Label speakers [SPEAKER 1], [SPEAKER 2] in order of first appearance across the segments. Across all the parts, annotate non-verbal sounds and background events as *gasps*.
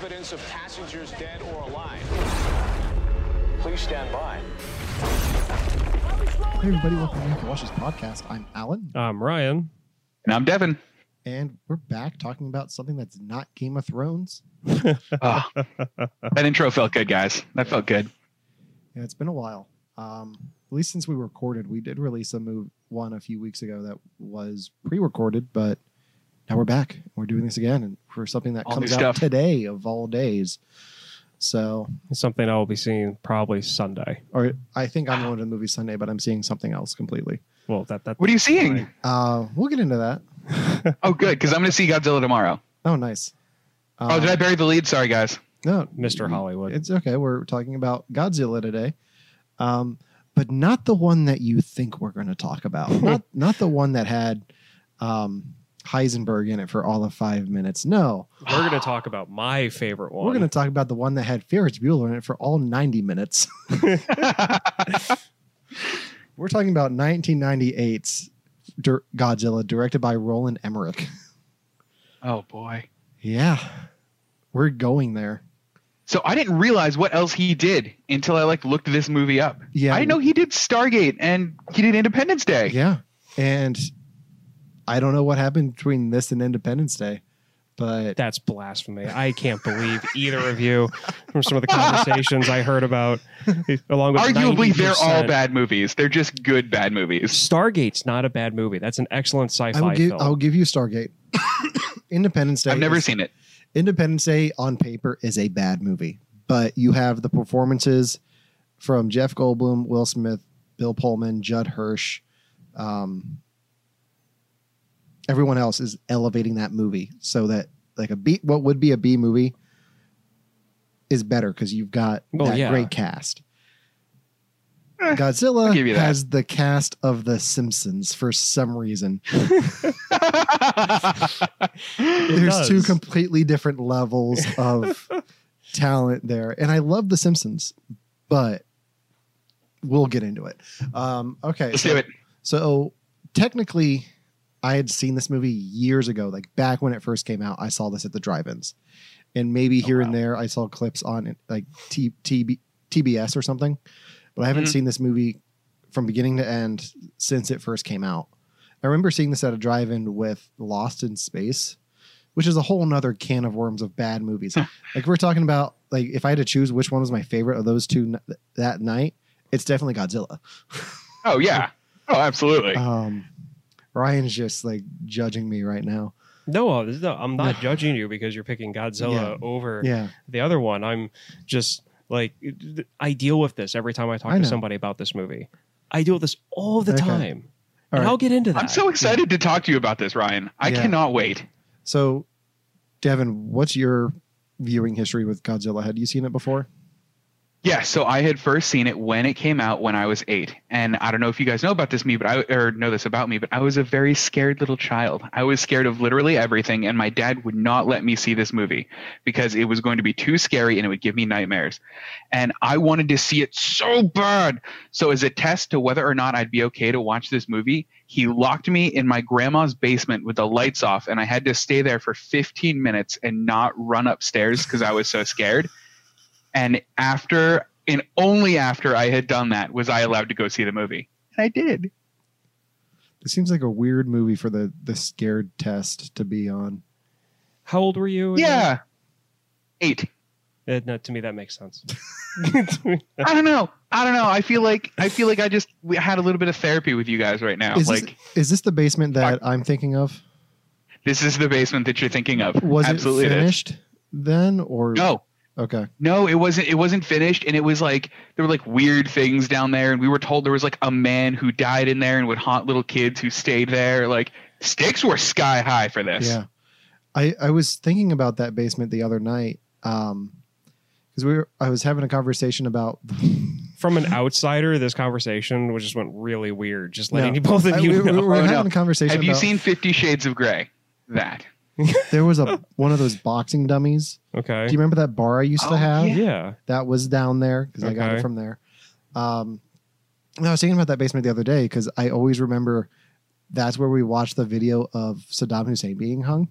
[SPEAKER 1] reports of passengers dead or alive. Please stand by.
[SPEAKER 2] Hey everybody, welcome to Make It Watches podcast. I'm Alan,
[SPEAKER 3] I'm Ryan.
[SPEAKER 4] And I'm Devin.
[SPEAKER 2] and we're back talking about something that's not Game of Thrones.
[SPEAKER 4] Ah, that intro felt good, guys. That felt good.
[SPEAKER 2] Yeah, it's been a while. Um, at least since we recorded, we did release a move one a few weeks ago that was pre-recorded, but now we're back. We're doing this again, and for something that
[SPEAKER 4] All
[SPEAKER 2] comes
[SPEAKER 4] new stuff.
[SPEAKER 2] out today of all days. So,
[SPEAKER 3] It's something I will be seeing probably Sunday.
[SPEAKER 2] or I think I'm going to the movie Sunday, but I'm seeing something else completely.
[SPEAKER 3] Well, that that.
[SPEAKER 4] What are you seeing?
[SPEAKER 2] Uh, we'll get into that.
[SPEAKER 4] *laughs* Oh, good, because I'm going to see Godzilla tomorrow.
[SPEAKER 2] Oh, nice. Um,
[SPEAKER 4] Oh, did I bury the lead? Sorry, guys.
[SPEAKER 2] No,
[SPEAKER 3] Mr. Hollywood?
[SPEAKER 2] It's okay. We're talking about Godzilla today, um, but not the one that you think we're going to talk about. not not the one that had um, Heisenberg in it for all of five minutes. No,
[SPEAKER 3] We're going to talk about my favorite one.
[SPEAKER 2] we're going to talk about the one that had Ferris Bueller in it for all ninety minutes. *laughs* we're talking about 1998's Dir- Godzilla, directed by Roland Emmerich.
[SPEAKER 4] Oh, boy.
[SPEAKER 2] yeah, we're going there.
[SPEAKER 4] So I didn't realize what else he did until I like looked this movie up.
[SPEAKER 2] Yeah,
[SPEAKER 4] I didn't know he did Stargate and he did Independence Day. *laughs*
[SPEAKER 2] Yeah. And I don't know what happened between this and Independence Day, but
[SPEAKER 3] That's blasphemy. I can't believe either of you from some of the conversations I heard about. Along with
[SPEAKER 4] Arguably, they are all
[SPEAKER 3] 90%.
[SPEAKER 4] bad movies. They're just good bad movies.
[SPEAKER 3] Stargate's not a bad movie. That's an excellent sci-fi
[SPEAKER 2] I will give
[SPEAKER 3] film.
[SPEAKER 2] I will give you Stargate. *coughs* Independence Day.
[SPEAKER 4] I've never
[SPEAKER 2] is-
[SPEAKER 4] seen
[SPEAKER 2] *laughs*
[SPEAKER 4] it.
[SPEAKER 2] Independence Day on paper is a bad movie, but you have the performances from Jeff Goldblum, Will Smith, Bill Pullman, Judd Hirsch. Um, everyone else is elevating that movie so that like a B, what would be a B movie, is better because you've got
[SPEAKER 3] Well,
[SPEAKER 2] that
[SPEAKER 3] yeah.
[SPEAKER 2] great cast.
[SPEAKER 4] Eh,
[SPEAKER 2] Godzilla
[SPEAKER 4] I'll give you that.
[SPEAKER 2] has the cast of The Simpsons for some reason. there's
[SPEAKER 3] does.
[SPEAKER 2] two completely different levels of talent there and i love the simpsons but we'll get into it um okay
[SPEAKER 4] Let's
[SPEAKER 2] so,
[SPEAKER 4] do it.
[SPEAKER 2] so technically i had seen this movie years ago like back when it first came out i saw this at the drive-ins and maybe
[SPEAKER 4] Oh,
[SPEAKER 2] here and
[SPEAKER 4] wow.
[SPEAKER 2] there i saw clips on like T- TB- tbs or something but i haven't
[SPEAKER 4] Mhm.
[SPEAKER 2] seen this movie from beginning to end since it first came out i remember seeing this at a drive-in with lost in space which is a whole nother can of worms of bad
[SPEAKER 4] *laughs*
[SPEAKER 2] movies like we're talking about like if i had to choose which one was my favorite of those two n- that night it's definitely godzilla
[SPEAKER 4] Oh, yeah. Oh, absolutely.
[SPEAKER 2] um, Ryan's just like judging me right now.
[SPEAKER 3] no, uh, this is not- I'm not judging you because you're picking Godzilla over
[SPEAKER 2] Yeah,
[SPEAKER 3] the other one. I'm just like I deal with this every time I talk
[SPEAKER 2] I
[SPEAKER 3] to
[SPEAKER 2] know.
[SPEAKER 3] somebody about this movie. I deal with this all the
[SPEAKER 2] Okay.
[SPEAKER 3] time.
[SPEAKER 2] All
[SPEAKER 3] and
[SPEAKER 2] right.
[SPEAKER 3] I'll get into that.
[SPEAKER 4] I'm so excited to talk to you about this, Ryan. I
[SPEAKER 2] Yeah.
[SPEAKER 4] cannot wait.
[SPEAKER 2] So, Devin, what's your viewing history with Godzilla? Had you seen it before?
[SPEAKER 4] Yeah, so I had first seen it when it came out when I was eight, and I don't know if you guys know about this me, but I or know this about me, but I was a very scared little child. I was scared of literally everything, and my dad would not let me see this movie because it was going to be too scary and it would give me nightmares. And I wanted to see it so bad. So as a test to whether or not I'd be okay to watch this movie, he locked me in my grandma's basement with the lights off, and I had to stay there for 15 minutes and not run upstairs because I was so scared and after and only after I had done that was I allowed to go see the movie. And I did.
[SPEAKER 2] This seems like a weird movie for the the scared test to be on.
[SPEAKER 3] How old were you? again?
[SPEAKER 4] Yeah. Eight.
[SPEAKER 3] Uh, no, to me that makes sense. *laughs*
[SPEAKER 4] I don't know. I don't know. I feel like I feel like I just we had a little bit of therapy with you guys right now.
[SPEAKER 2] Is this-
[SPEAKER 4] like
[SPEAKER 2] Is this the basement that I'm thinking of?
[SPEAKER 4] this is the basement that you're thinking of.
[SPEAKER 2] Was
[SPEAKER 4] Absolutely.
[SPEAKER 2] it
[SPEAKER 4] is.
[SPEAKER 2] finished then, or
[SPEAKER 4] No.
[SPEAKER 2] Okay,
[SPEAKER 4] No, it wasn't it wasn't finished and it was like there were like weird things down there and we were told there was like a man who died in there and would haunt little kids who stayed there. Like stakes were sky high for this.
[SPEAKER 2] yeah. I I was thinking about that basement the other night. Um, because we were, I was having a
[SPEAKER 4] *laughs*
[SPEAKER 2] conversation about
[SPEAKER 3] From an outsider, this conversation was just went really weird. Just letting
[SPEAKER 2] No.
[SPEAKER 3] you both of
[SPEAKER 2] I-
[SPEAKER 3] you
[SPEAKER 2] we, we
[SPEAKER 3] know.
[SPEAKER 2] were
[SPEAKER 4] Oh,
[SPEAKER 2] having
[SPEAKER 4] no.
[SPEAKER 2] a conversation.
[SPEAKER 4] Have you
[SPEAKER 2] about-
[SPEAKER 4] seen Fifty Shades of Grey? That.
[SPEAKER 2] There
[SPEAKER 4] *laughs*
[SPEAKER 2] was a one of those boxing dummies.
[SPEAKER 3] okay.
[SPEAKER 2] Do you remember that bar I used to
[SPEAKER 4] Oh,
[SPEAKER 2] have?
[SPEAKER 4] yeah.
[SPEAKER 3] yeah.
[SPEAKER 2] That was down there because I got it
[SPEAKER 3] Okay.
[SPEAKER 2] from there. Um, and I was thinking about that basement the other day because I always remember that's where we watched the video of Saddam Hussein being hung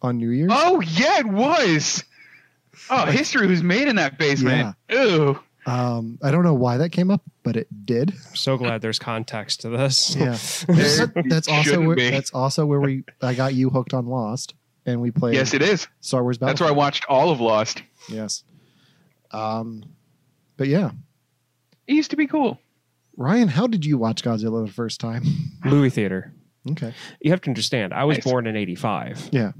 [SPEAKER 2] on New Year's.
[SPEAKER 4] Oh yeah, it Oh, was. Oh, history was made in that basement. Ooh.
[SPEAKER 2] Um, I don't know why that came up, but it
[SPEAKER 4] *laughs*
[SPEAKER 2] did.
[SPEAKER 3] I'm so glad there's context to this.
[SPEAKER 2] Yeah.
[SPEAKER 4] There
[SPEAKER 2] That- that's also
[SPEAKER 4] shouldn't
[SPEAKER 2] where,
[SPEAKER 4] be.
[SPEAKER 2] that's also where we I got you hooked on Lost, and we played
[SPEAKER 4] Yes, it is.
[SPEAKER 2] Star Wars
[SPEAKER 4] That's
[SPEAKER 2] Battlefront.
[SPEAKER 4] where I watched all of Lost.
[SPEAKER 2] Yes. Um, but yeah,
[SPEAKER 4] It used to be cool.
[SPEAKER 2] Ryan, how did you watch Godzilla the first time?
[SPEAKER 3] *laughs*
[SPEAKER 2] *laughs*
[SPEAKER 3] Movie theater.
[SPEAKER 2] Okay.
[SPEAKER 3] You have to understand. I was
[SPEAKER 4] Nice.
[SPEAKER 3] born in '85.
[SPEAKER 2] Yeah.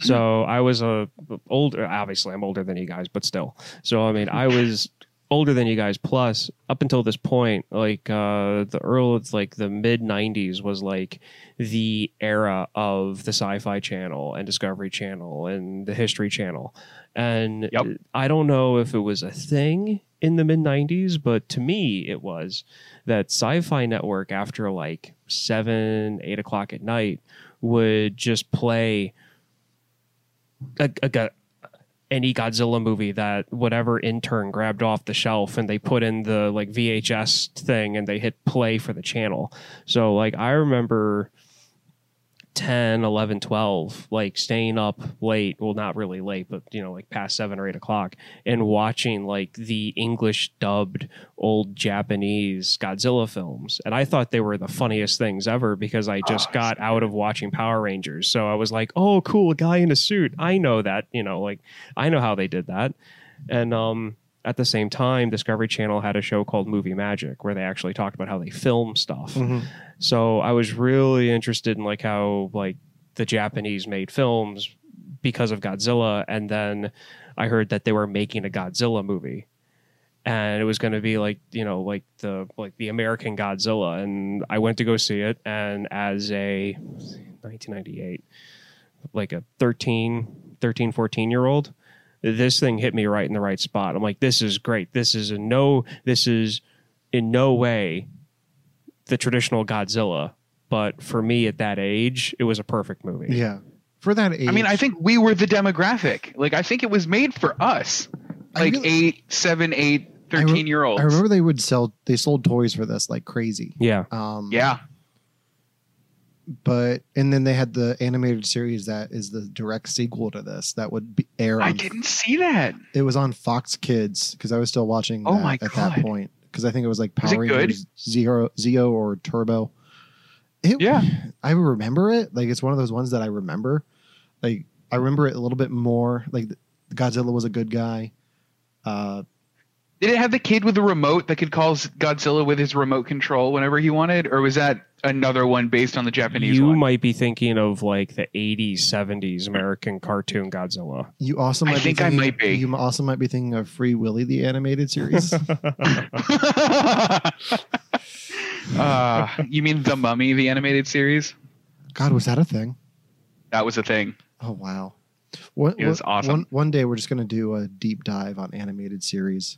[SPEAKER 3] So I was a older. Obviously, I'm older than you guys, but still. So I mean, I was older than you guys. Plus, up until this point, like uh, the early, it's like the mid '90s was like the era of the Sci-Fi Channel and Discovery Channel and the History Channel. And
[SPEAKER 4] Yep.
[SPEAKER 3] I don't know if it was a thing in the mid '90s, but to me, it was that Sci-Fi Network after like seven, eight o'clock at night would just play a, a, go- any Godzilla movie that whatever intern grabbed off the shelf and they put in the like VHS thing and they hit play for the channel. So like I remember 10, 11, 12, like staying up late, well, not really late, but you know, like past seven or eight o'clock and watching like the English dubbed old Japanese Godzilla films. And I thought they were the funniest things ever because I just
[SPEAKER 4] Oh,
[SPEAKER 3] got out of watching Power Rangers. So I was like, oh, cool, a guy in a suit. I know that, you know, like I know how they did that. And um, at the same time, Discovery Channel had a show called Movie Magic where they actually talked about how they film stuff so i was really interested in like how like the japanese made films because of godzilla and then i heard that they were making a godzilla movie and it was going to be like you know like the like the american godzilla and i went to go see it and as a 1998 like a 13 13 14 year old this thing hit me right in the right spot i'm like this is great this is a no this is in no way the traditional Godzilla, but for me at that age, it was a perfect movie.
[SPEAKER 2] Yeah. For that age,
[SPEAKER 4] I mean, I think we were the demographic. Like, I think it was made for us.
[SPEAKER 2] I
[SPEAKER 4] Like
[SPEAKER 2] really-
[SPEAKER 4] eight, seven, eight,
[SPEAKER 2] I re-
[SPEAKER 4] thirteen year olds.
[SPEAKER 2] I remember they would sell they sold toys for this like crazy.
[SPEAKER 3] Yeah.
[SPEAKER 2] Um,
[SPEAKER 4] Yeah.
[SPEAKER 2] But and then they had the animated series that is the direct sequel to this that would be air.
[SPEAKER 4] I
[SPEAKER 2] On,
[SPEAKER 4] didn't see that.
[SPEAKER 2] it was on Fox Kids because I was still watching.
[SPEAKER 4] Oh
[SPEAKER 2] that
[SPEAKER 4] my
[SPEAKER 2] at that
[SPEAKER 4] God.
[SPEAKER 2] point because I think it was like
[SPEAKER 4] Was it
[SPEAKER 2] Power
[SPEAKER 4] good?
[SPEAKER 2] Rangers Zero Zeo or Turbo. It,
[SPEAKER 4] Yeah.
[SPEAKER 2] I remember it. Like it's one of those ones that I remember. Like I remember it a little bit more. Like Godzilla was a good guy. Uh,
[SPEAKER 4] Did it have the kid with the remote that could call Z- Godzilla with his remote control whenever he wanted, or was that another one based on the Japanese
[SPEAKER 3] You
[SPEAKER 4] one?
[SPEAKER 3] might be thinking of like the 80s, 70s American cartoon Godzilla.
[SPEAKER 2] you also
[SPEAKER 4] I
[SPEAKER 2] might
[SPEAKER 4] think
[SPEAKER 2] be
[SPEAKER 4] I
[SPEAKER 2] thinking-
[SPEAKER 4] might be.
[SPEAKER 2] You also might be thinking of Free Willy the animated series.
[SPEAKER 4] *laughs* uh, you mean the Mummy, the animated series?
[SPEAKER 2] God, was that a thing?
[SPEAKER 4] That was a thing.
[SPEAKER 2] Oh wow. One,
[SPEAKER 4] It was
[SPEAKER 2] one-
[SPEAKER 4] awesome.
[SPEAKER 2] One, one day we're just gonna do a deep dive on animated series.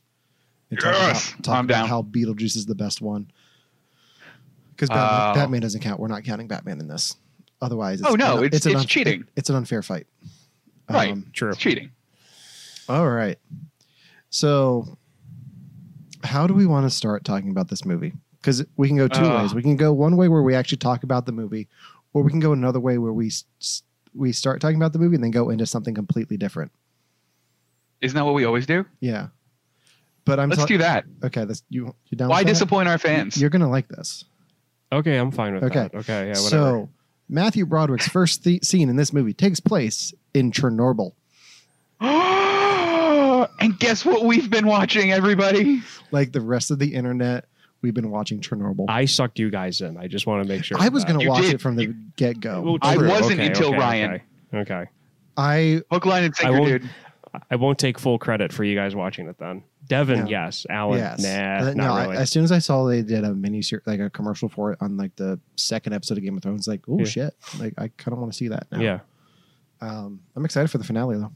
[SPEAKER 2] And
[SPEAKER 4] Yes!
[SPEAKER 2] Talk about, talk
[SPEAKER 4] I'm
[SPEAKER 2] about
[SPEAKER 4] down.
[SPEAKER 2] how Beetlejuice is the best one. Because Batman,
[SPEAKER 4] Oh.
[SPEAKER 2] Batman doesn't count. We're not counting Batman in this. Otherwise,
[SPEAKER 4] Oh, no,
[SPEAKER 2] an-
[SPEAKER 4] it's-
[SPEAKER 2] an
[SPEAKER 4] it's
[SPEAKER 2] unf-
[SPEAKER 4] cheating.
[SPEAKER 2] it- it's an unfair fight.
[SPEAKER 4] Right.
[SPEAKER 2] Um,
[SPEAKER 3] True.
[SPEAKER 4] It's cheating.
[SPEAKER 2] all right. So, how do we want to start talking about this movie? Because we can go two
[SPEAKER 4] Uh.
[SPEAKER 2] ways. We can go one way where we actually talk about the movie, or we can go another way where we s- s- we start talking about the movie and then go into something completely different.
[SPEAKER 4] Isn't that what we always do?
[SPEAKER 2] Yeah. But I'm
[SPEAKER 4] Let's
[SPEAKER 2] ta-
[SPEAKER 4] do that.
[SPEAKER 2] okay. That's you. You down?
[SPEAKER 4] Why
[SPEAKER 2] with that?
[SPEAKER 4] disappoint our fans?
[SPEAKER 2] You're gonna like this.
[SPEAKER 3] Okay, I'm fine with
[SPEAKER 2] Okay.
[SPEAKER 3] that. Okay, yeah, whatever.
[SPEAKER 2] so Matthew Broderick's first th- scene in this movie takes place in Chernobyl.
[SPEAKER 4] *gasps* and guess what we've been watching, everybody?
[SPEAKER 2] Like the rest of the internet, we've been watching Chernobyl. I,
[SPEAKER 3] I sucked you guys in. I just want to make sure. of
[SPEAKER 2] was
[SPEAKER 3] that.
[SPEAKER 2] gonna
[SPEAKER 4] You
[SPEAKER 2] watch
[SPEAKER 4] did.
[SPEAKER 2] it from the get go.
[SPEAKER 3] Well,
[SPEAKER 4] I
[SPEAKER 3] true.
[SPEAKER 4] wasn't until Ryan.
[SPEAKER 3] Okay. okay.
[SPEAKER 2] I
[SPEAKER 4] Hook, line, and
[SPEAKER 3] I
[SPEAKER 4] sinker,
[SPEAKER 3] won't-
[SPEAKER 4] dude.
[SPEAKER 3] I won't take full credit for you guys watching it then. Devin,
[SPEAKER 2] No.
[SPEAKER 3] yes. Alan,
[SPEAKER 2] yes.
[SPEAKER 3] nah,
[SPEAKER 2] Uh,
[SPEAKER 3] not
[SPEAKER 2] no, I-
[SPEAKER 3] really.
[SPEAKER 2] as soon as I saw they did a mini series, like a commercial for it on like the second episode of Game of Thrones, like, oh
[SPEAKER 3] Yeah.
[SPEAKER 2] shit, like I kind of want to see that now.
[SPEAKER 3] yeah.
[SPEAKER 2] Um, I'm excited for the finale though.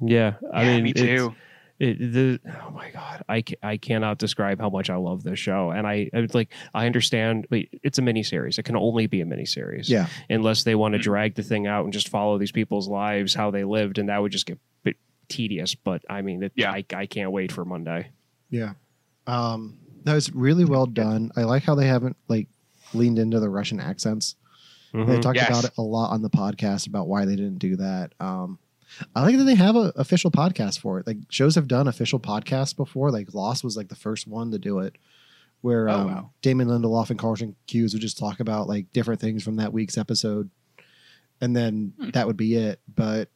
[SPEAKER 3] Yeah. I
[SPEAKER 4] Yeah,
[SPEAKER 3] mean,
[SPEAKER 4] me
[SPEAKER 3] it's-
[SPEAKER 4] too.
[SPEAKER 3] it, the oh my god I, ca- I cannot describe how much i love this show and i it's like i understand like, it's a miniseries it can only be a miniseries
[SPEAKER 2] Yeah.
[SPEAKER 3] unless they
[SPEAKER 4] Mm-hmm.
[SPEAKER 3] want to drag the thing out and just follow these people's lives how they lived and that would just get a bit tedious but i mean it,
[SPEAKER 4] Yeah.
[SPEAKER 3] I, I can't wait for monday
[SPEAKER 2] Yeah. Um, that was really well done. I like how they haven't like leaned into the Russian accents. They
[SPEAKER 3] Mhm.
[SPEAKER 2] talked
[SPEAKER 4] Mm-hmm. Yes.
[SPEAKER 2] about it a lot on the podcast about why they didn't do that. Um, I like that they have a official podcast for it. Like shows have done official podcasts before. Like Lost was like the first one to do it, where
[SPEAKER 4] Oh,
[SPEAKER 2] um,
[SPEAKER 4] wow.
[SPEAKER 2] Damon Lindelof and Carlton Hughes would just talk about like different things from that week's episode, and then
[SPEAKER 4] Hmm.
[SPEAKER 2] that would be it. But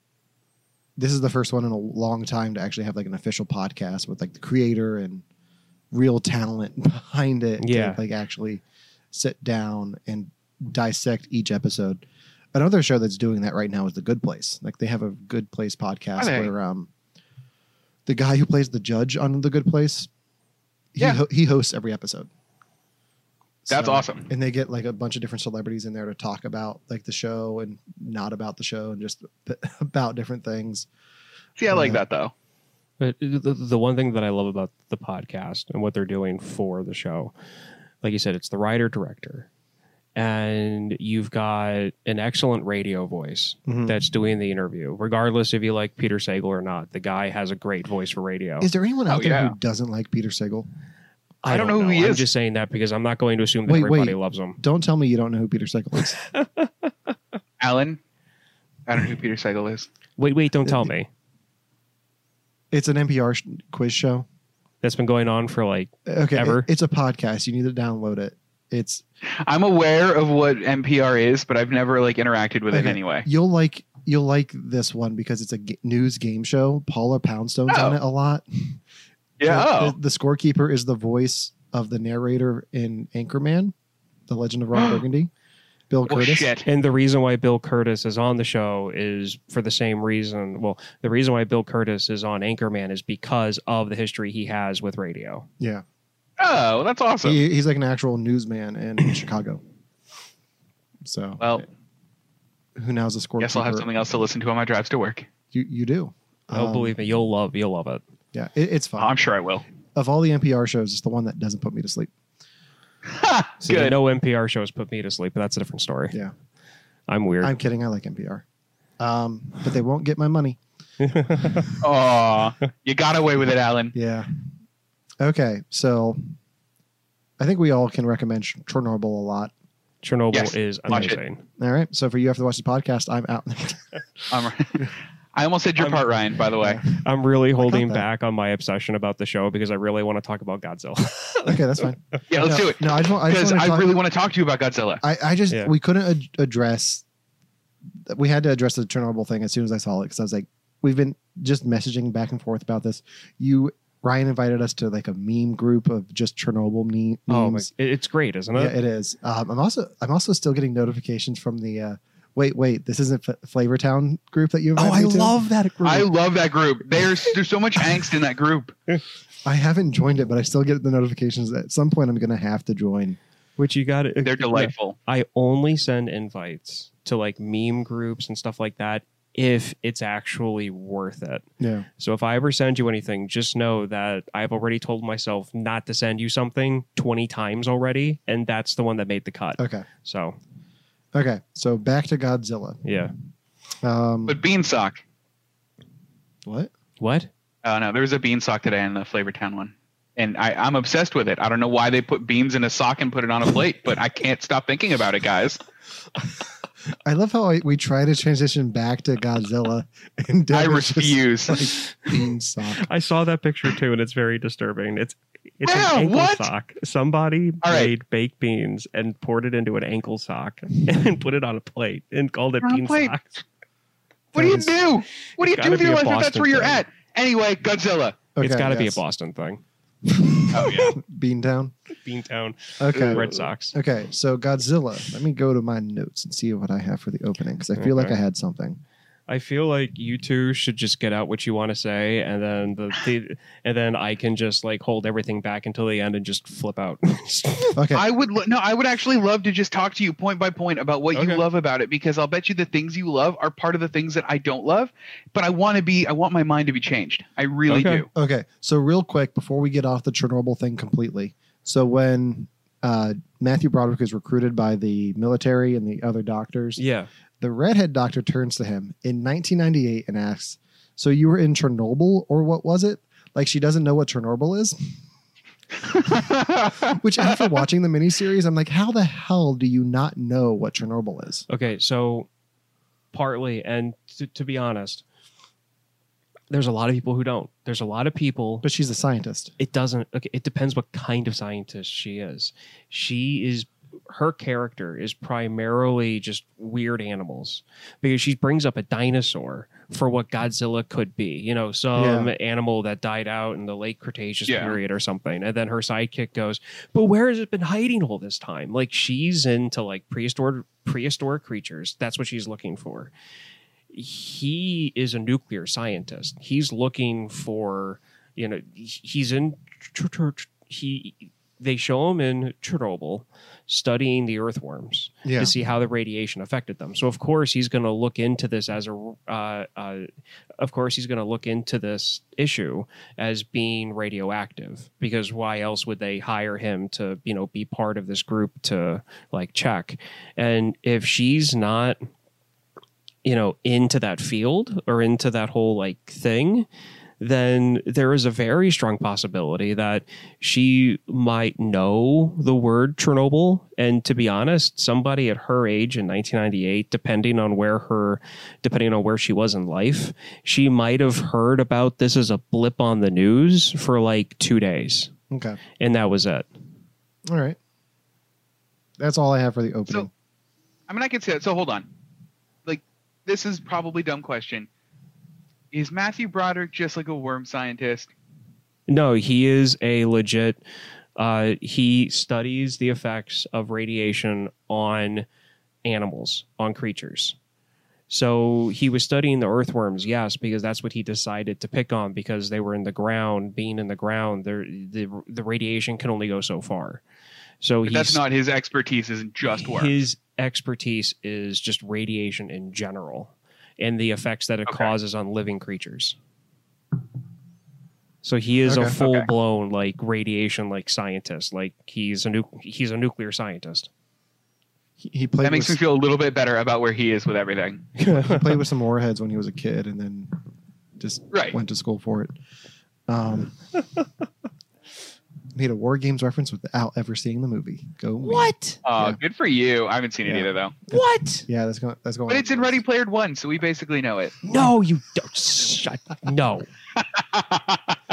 [SPEAKER 2] this is the first one in a long time to actually have like an official podcast with like the creator and real talent *laughs* behind it. to,
[SPEAKER 3] Yeah.
[SPEAKER 2] like actually sit down and dissect each episode another show that's doing that right now is The Good Place. Like they have a Good Place podcast
[SPEAKER 4] Are they?
[SPEAKER 2] where um, the guy who plays the judge on The Good Place, he
[SPEAKER 4] Yeah.
[SPEAKER 2] ho- he hosts every episode.
[SPEAKER 4] That's
[SPEAKER 2] So-
[SPEAKER 4] awesome.
[SPEAKER 2] And they get like a bunch of different celebrities in there to talk about like the show and not about the show and just *laughs* about different things.
[SPEAKER 4] See, I like
[SPEAKER 2] Yeah.
[SPEAKER 4] that though.
[SPEAKER 3] But the, the one thing that I love about the podcast and what they're doing for the show, like you said, it's the writer director, and you've got an excellent radio voice
[SPEAKER 2] Mhm.
[SPEAKER 3] that's doing the interview, regardless if you like Peter Sagal or not. The guy has a great voice for radio.
[SPEAKER 2] Is there anyone out
[SPEAKER 4] Oh,
[SPEAKER 2] there
[SPEAKER 4] yeah.
[SPEAKER 2] who doesn't like Peter Sagal?
[SPEAKER 4] I don't know who he
[SPEAKER 3] I'm
[SPEAKER 4] is.
[SPEAKER 3] just saying that because I'm not going to assume that
[SPEAKER 2] Wait,
[SPEAKER 3] everybody
[SPEAKER 2] wait.
[SPEAKER 3] loves him.
[SPEAKER 2] Don't tell me you don't know who Peter Sagal is.
[SPEAKER 4] Alan, I don't know who Peter Segal is.
[SPEAKER 3] Wait, wait,
[SPEAKER 2] Uh,
[SPEAKER 3] don't tell me.
[SPEAKER 2] it's an NPR sh- quiz show.
[SPEAKER 3] That's been going on for like
[SPEAKER 2] Okay,
[SPEAKER 3] Ever.
[SPEAKER 2] it- it's a podcast. You need to download it. It's
[SPEAKER 4] I'm aware of what NPR is, but I've never like interacted with it
[SPEAKER 2] Okay.
[SPEAKER 4] anyway.
[SPEAKER 2] You'll like you'll like this one because it's a g- news game show. Paula Poundstone's on
[SPEAKER 4] Oh.
[SPEAKER 2] it a lot.
[SPEAKER 4] Yeah.
[SPEAKER 2] The-
[SPEAKER 4] oh.
[SPEAKER 2] The, the scorekeeper is the voice of the narrator in Anchorman, The Legend of
[SPEAKER 4] *gasps*
[SPEAKER 2] Ron Burgundy, Bill
[SPEAKER 4] Well,
[SPEAKER 2] Curtis.
[SPEAKER 4] Oh, shit.
[SPEAKER 3] And the reason why Bill Curtis is on the show is for the same reason. Well, the reason why Bill Curtis is on Anchorman is because of the history he has with radio.
[SPEAKER 2] Yeah,
[SPEAKER 4] Oh, that's awesome.
[SPEAKER 2] he, he's like an actual newsman in *clears throat* Chicago. So
[SPEAKER 4] well,
[SPEAKER 2] who knows the scorekeeper?
[SPEAKER 4] guess I'll have something else to listen to on my drives to work.
[SPEAKER 2] You you do.
[SPEAKER 3] Oh,
[SPEAKER 2] Um,
[SPEAKER 3] believe me, you'll love you'll love it.
[SPEAKER 2] Yeah, it, it's fun.
[SPEAKER 4] I'm sure I
[SPEAKER 3] *laughs*
[SPEAKER 4] will.
[SPEAKER 2] of all the NPR shows, it's the one that doesn't put me to sleep.
[SPEAKER 3] So
[SPEAKER 4] Good.
[SPEAKER 3] no NPR shows put me to sleep, but that's a different story.
[SPEAKER 2] Yeah.
[SPEAKER 3] I'm weird.
[SPEAKER 2] I'm kidding. I like NPR, um, but they won't get my money.
[SPEAKER 4] Aw, you got away with it, Alan.
[SPEAKER 2] Yeah. Okay, so I think we all can recommend Ch- Chernobyl a lot.
[SPEAKER 3] Chernobyl
[SPEAKER 4] Yes,
[SPEAKER 3] is
[SPEAKER 4] watch it.
[SPEAKER 3] amazing.
[SPEAKER 2] All right, so for you after watch this podcast, I'm out. *laughs*
[SPEAKER 4] I'm, *laughs* I almost said your
[SPEAKER 3] I'm-
[SPEAKER 4] part, Ryan. By the way,
[SPEAKER 3] I'm really holding
[SPEAKER 2] that.
[SPEAKER 3] back on my obsession about the show because I really want to talk about Godzilla.
[SPEAKER 2] okay, that's fine.
[SPEAKER 4] yeah, let's
[SPEAKER 2] no,
[SPEAKER 4] do it
[SPEAKER 2] No, I just want. I
[SPEAKER 4] because
[SPEAKER 2] just
[SPEAKER 4] I,
[SPEAKER 2] want to talk,
[SPEAKER 4] really want to talk to you about Godzilla.
[SPEAKER 2] I, I just
[SPEAKER 3] Yeah.
[SPEAKER 2] we couldn't ad- address. We had to address the Chernobyl thing as soon as I saw it because I was like, we've been just messaging back and forth about this. You, Ryan, invited us to like a meme group of just Chernobyl me- memes.
[SPEAKER 3] *laughs* oh my, it- it's great, isn't
[SPEAKER 2] Yeah,
[SPEAKER 3] it?
[SPEAKER 2] it is. Um, I'm also I'm also still getting notifications from the uh, wait wait this isn't F- Flavor Town group that you
[SPEAKER 3] oh,
[SPEAKER 2] invited
[SPEAKER 3] I
[SPEAKER 2] me to?
[SPEAKER 3] love that group.
[SPEAKER 4] I love that group. There's there's so much angst in that group.
[SPEAKER 2] I haven't joined it, but I still get the notifications. At some point, I'm going to have to join.
[SPEAKER 3] Which you got to
[SPEAKER 4] They're delightful.
[SPEAKER 3] I only send invites to like meme groups and stuff like that if it's actually worth it.
[SPEAKER 2] Yeah,
[SPEAKER 3] So if I ever send you anything, just know that I've already told myself not to send you something 20 times already, and that's the one that made the cut.
[SPEAKER 2] okay,
[SPEAKER 3] So,
[SPEAKER 2] okay. So back to Godzilla.
[SPEAKER 3] yeah.
[SPEAKER 2] Um,
[SPEAKER 4] But Beanstalk.
[SPEAKER 2] what?
[SPEAKER 3] What?
[SPEAKER 4] Oh no, there was a bean sock today in the Flavortown one, and I, I'm obsessed with it. I don't know why they put beans in a sock and put it on a plate, but I can't stop thinking about it, guys.
[SPEAKER 2] I love how I, we try to transition back to Godzilla *laughs* and
[SPEAKER 4] I
[SPEAKER 2] Devin's just
[SPEAKER 4] refuse.
[SPEAKER 2] being soft.
[SPEAKER 3] I saw that picture too, and it's very disturbing. It's it's
[SPEAKER 4] Yeah,
[SPEAKER 3] an ankle
[SPEAKER 4] what?
[SPEAKER 3] sock. Somebody
[SPEAKER 4] All right.
[SPEAKER 3] made baked beans and poured it into an ankle sock *laughs* and put it on a plate and called it
[SPEAKER 4] On a
[SPEAKER 3] bean
[SPEAKER 4] plate.
[SPEAKER 3] socks.
[SPEAKER 4] what do you
[SPEAKER 2] It's
[SPEAKER 4] do? What do you
[SPEAKER 3] gotta
[SPEAKER 4] do with
[SPEAKER 3] be
[SPEAKER 4] your
[SPEAKER 3] a
[SPEAKER 4] life if that's
[SPEAKER 3] Boston
[SPEAKER 4] where you're
[SPEAKER 3] thing.
[SPEAKER 4] at? Anyway, Godzilla.
[SPEAKER 3] *laughs* it's got to
[SPEAKER 2] yes.
[SPEAKER 3] be a Boston thing.
[SPEAKER 4] Oh yeah.
[SPEAKER 2] Bean down.
[SPEAKER 3] Beantown,
[SPEAKER 2] Okay.
[SPEAKER 3] Red Sox.
[SPEAKER 2] Okay, so Godzilla. Let me go to my notes and see what I have for the opening because I feel like
[SPEAKER 3] Okay.
[SPEAKER 2] I had something.
[SPEAKER 3] I feel like you two should just get out what you want to say, and then the, the and then I can just like hold everything back until the end and just flip out.
[SPEAKER 2] Okay,
[SPEAKER 4] I would lo- no, I would actually love to just talk to you point by point about what
[SPEAKER 3] Okay.
[SPEAKER 4] you love about it because I'll bet you the things you love are part of the things that I don't love, but I want to be I want my mind to be changed. I really
[SPEAKER 3] Okay.
[SPEAKER 4] do.
[SPEAKER 2] Okay, so real quick before we get off the Chernobyl thing completely. So when uh, Matthew Broderick is recruited by the military and the other doctors,
[SPEAKER 3] yeah,
[SPEAKER 2] the redhead doctor turns to him in 1998 and asks, "So you were in Chernobyl, or what was it?" Like she doesn't know what Chernobyl is.
[SPEAKER 4] *laughs*
[SPEAKER 2] Which after watching the miniseries, I'm like, how the hell do you not know what Chernobyl is?
[SPEAKER 3] Okay, so partly, and to, to be honest, There's a lot of people who don't. There's a lot of people.
[SPEAKER 2] But she's a scientist.
[SPEAKER 3] it doesn't. Okay, it depends what kind of scientist she is. She is. Her character is primarily just weird animals because she brings up a dinosaur for what Godzilla could be, you know, some animal that died out in the late Cretaceous
[SPEAKER 4] Yeah.
[SPEAKER 3] period or something. And then her sidekick goes, but where has it been hiding all this time? Like she's into like prehistoric prehistoric creatures. That's what she's looking for. He is a nuclear scientist. He's looking for, you know, he- he's in tr- tr- tr- he they show him in Chernobyl studying the earthworms
[SPEAKER 2] Yeah.
[SPEAKER 3] to see how the radiation affected them. So of course he's going to look into this as a, uh, uh, of course he's going to look into this issue as being radioactive because why else would they hire him to you know be part of this group to like check? And if she's not, you know, into that field or into that whole like thing. Then there is a very strong possibility that she might know the word Chernobyl. And to be honest, somebody at her age in 1998, depending on where her, depending on where she was in life, she might have heard about this as a blip on the news for like two days,
[SPEAKER 2] Okay.
[SPEAKER 3] and that was it.
[SPEAKER 2] All right. That's all I have for the opening.
[SPEAKER 4] So, I mean, I can see that. So hold on. Like, this is probably dumb question. Is Matthew Broderick just like a worm scientist?
[SPEAKER 3] No, he is a legit. Uh, he studies the effects of radiation on animals, on creatures. So he was studying the earthworms, yes, because that's what he decided to pick on because they were in the ground. Being in the ground, there- the the radiation can only go so far. So
[SPEAKER 4] But
[SPEAKER 3] he's
[SPEAKER 4] that's not his expertise. Isn't just worm.
[SPEAKER 3] his expertise is just radiation in general and the effects that it
[SPEAKER 4] Okay.
[SPEAKER 3] causes on living creatures. So he is
[SPEAKER 2] Okay.
[SPEAKER 3] a
[SPEAKER 2] Okay.
[SPEAKER 3] full blown like radiation like scientist. Like he's a nu- he's a nuclear scientist.
[SPEAKER 2] he, he played
[SPEAKER 4] that makes me
[SPEAKER 2] with,
[SPEAKER 4] feel a little bit better about where he is with
[SPEAKER 2] *laughs*
[SPEAKER 4] everything.
[SPEAKER 2] he played with some warheads when he was a kid and then just
[SPEAKER 4] Right.
[SPEAKER 2] went to school for it. Um, made a War Games reference without ever seeing the movie. Go. me.
[SPEAKER 4] Uh,
[SPEAKER 2] Yeah.
[SPEAKER 4] Good for you. I haven't seen it
[SPEAKER 2] Yeah.
[SPEAKER 4] either though.
[SPEAKER 3] What?
[SPEAKER 2] Yeah, that's going. That's going.
[SPEAKER 4] But
[SPEAKER 2] on
[SPEAKER 4] it's in
[SPEAKER 2] first.
[SPEAKER 4] Ready Player One, so we basically know it.
[SPEAKER 3] No, you don't. Shut. No.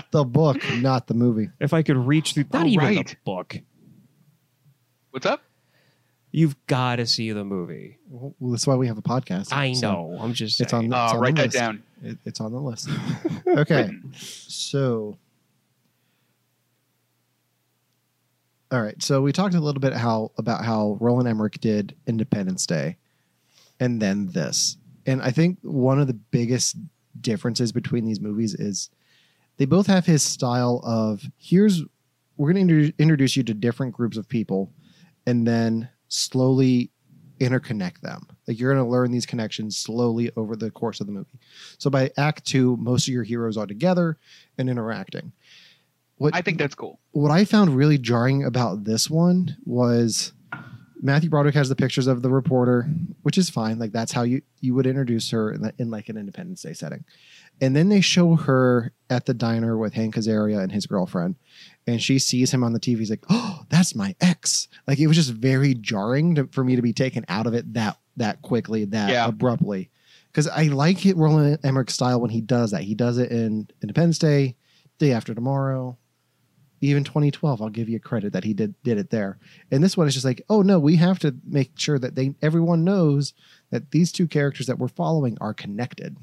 [SPEAKER 2] The book, not the movie.
[SPEAKER 3] If I could reach through, not
[SPEAKER 4] Oh,
[SPEAKER 3] even the
[SPEAKER 4] right.
[SPEAKER 3] book.
[SPEAKER 4] What's up?
[SPEAKER 3] You've got to see the movie.
[SPEAKER 2] Well, that's why we have a podcast.
[SPEAKER 3] I
[SPEAKER 2] So
[SPEAKER 3] know. I'm just.
[SPEAKER 2] It's on.
[SPEAKER 3] saying.
[SPEAKER 4] Uh,
[SPEAKER 2] it's on
[SPEAKER 4] write
[SPEAKER 2] the
[SPEAKER 4] that
[SPEAKER 2] list.
[SPEAKER 4] down.
[SPEAKER 2] It, it's on the list. Okay.
[SPEAKER 4] Written.
[SPEAKER 2] So, all right. So we talked a little bit how about how Roland Emmerich did Independence Day, and then this. And I think one of the biggest differences between these movies is they both have his style of here's we're going to introduce you to different groups of people, and then slowly interconnect them. Like you're going to learn these connections slowly over the course of the movie. So by act two, most of your heroes are together and interacting. What
[SPEAKER 4] I think that's cool.
[SPEAKER 2] what I found really jarring about this one was Matthew Broderick has the pictures of the reporter, which is fine. Like that's how you you would introduce her in, the, in like an Independence Day setting, and then they show her at the diner with Hank Azaria and his girlfriend, and she sees him on the TV. He's like, "Oh, that's my ex." Like it was just very jarring to, for me to be taken out of it that that quickly, that
[SPEAKER 4] Yeah.
[SPEAKER 2] abruptly. Because I like it Roland Emmerich's style when he does that. He does it in Independence Day, Day After Tomorrow, even 2012 i'll give you credit that he did did it there and this one is just like oh no we have to make sure that they everyone knows that these two characters that we're following are connected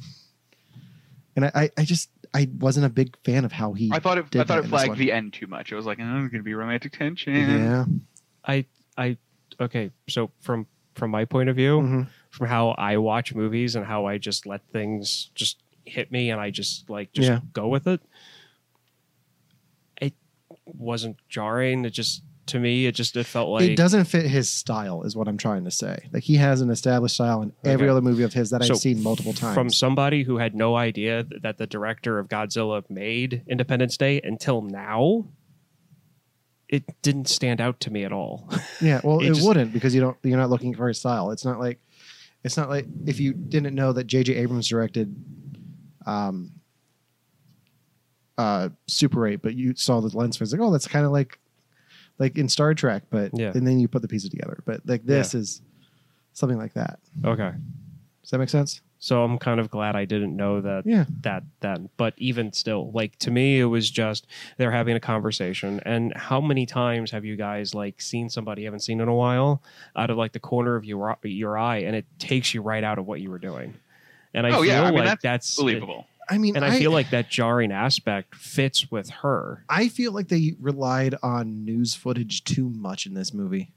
[SPEAKER 2] and i i, I just i wasn't a big fan of how he
[SPEAKER 4] I thought it.
[SPEAKER 2] did
[SPEAKER 4] I
[SPEAKER 2] that
[SPEAKER 4] thought
[SPEAKER 2] in
[SPEAKER 4] it
[SPEAKER 2] this
[SPEAKER 4] flagged
[SPEAKER 2] one.
[SPEAKER 4] the end too much. It was like, oh, there's gonna be romantic tension.
[SPEAKER 2] yeah
[SPEAKER 3] I. I. Okay. So from from my point of view.
[SPEAKER 2] Mhm.
[SPEAKER 3] from how I watch movies and how I just let things just hit me and I just like just
[SPEAKER 2] Yeah.
[SPEAKER 3] go with it. It wasn't jarring. It just to me it just it felt like
[SPEAKER 2] it doesn't fit his style is what i'm trying to say like he has an established style in every
[SPEAKER 3] Okay.
[SPEAKER 2] other movie of his that
[SPEAKER 3] So
[SPEAKER 2] i've seen multiple times
[SPEAKER 3] from somebody who had no idea th- that the director of Godzilla made Independence Day until now. It didn't stand out to me
[SPEAKER 2] *laughs*
[SPEAKER 3] at all.
[SPEAKER 2] Yeah, well,
[SPEAKER 3] It
[SPEAKER 2] it,
[SPEAKER 3] just-
[SPEAKER 2] wouldn't because you don't you're not looking for his style. It's not like it's not like if you didn't know that J.J. Abrams directed um uh Super 8, but you saw the lens was like, oh, that's kind of like like in Star Trek, but
[SPEAKER 3] Yeah.
[SPEAKER 2] and then you put the pieces together. But like this is something like that.
[SPEAKER 3] Okay.
[SPEAKER 2] Does that make sense?
[SPEAKER 3] So I'm kind of glad I didn't know that
[SPEAKER 2] Yeah.
[SPEAKER 3] that then. But even still, like to me, it was just they're having a conversation. And how many times have you guys like seen somebody you haven't seen in a while out of like the corner of your your eye, and it takes you right out of what you were doing. And I
[SPEAKER 4] Oh,
[SPEAKER 3] feel
[SPEAKER 4] yeah. I
[SPEAKER 3] like
[SPEAKER 4] mean, that's
[SPEAKER 3] that's,
[SPEAKER 4] Believable.
[SPEAKER 2] I mean,
[SPEAKER 3] And I, feel like that jarring aspect fits with her.
[SPEAKER 2] I feel like they relied on news footage too much in this movie.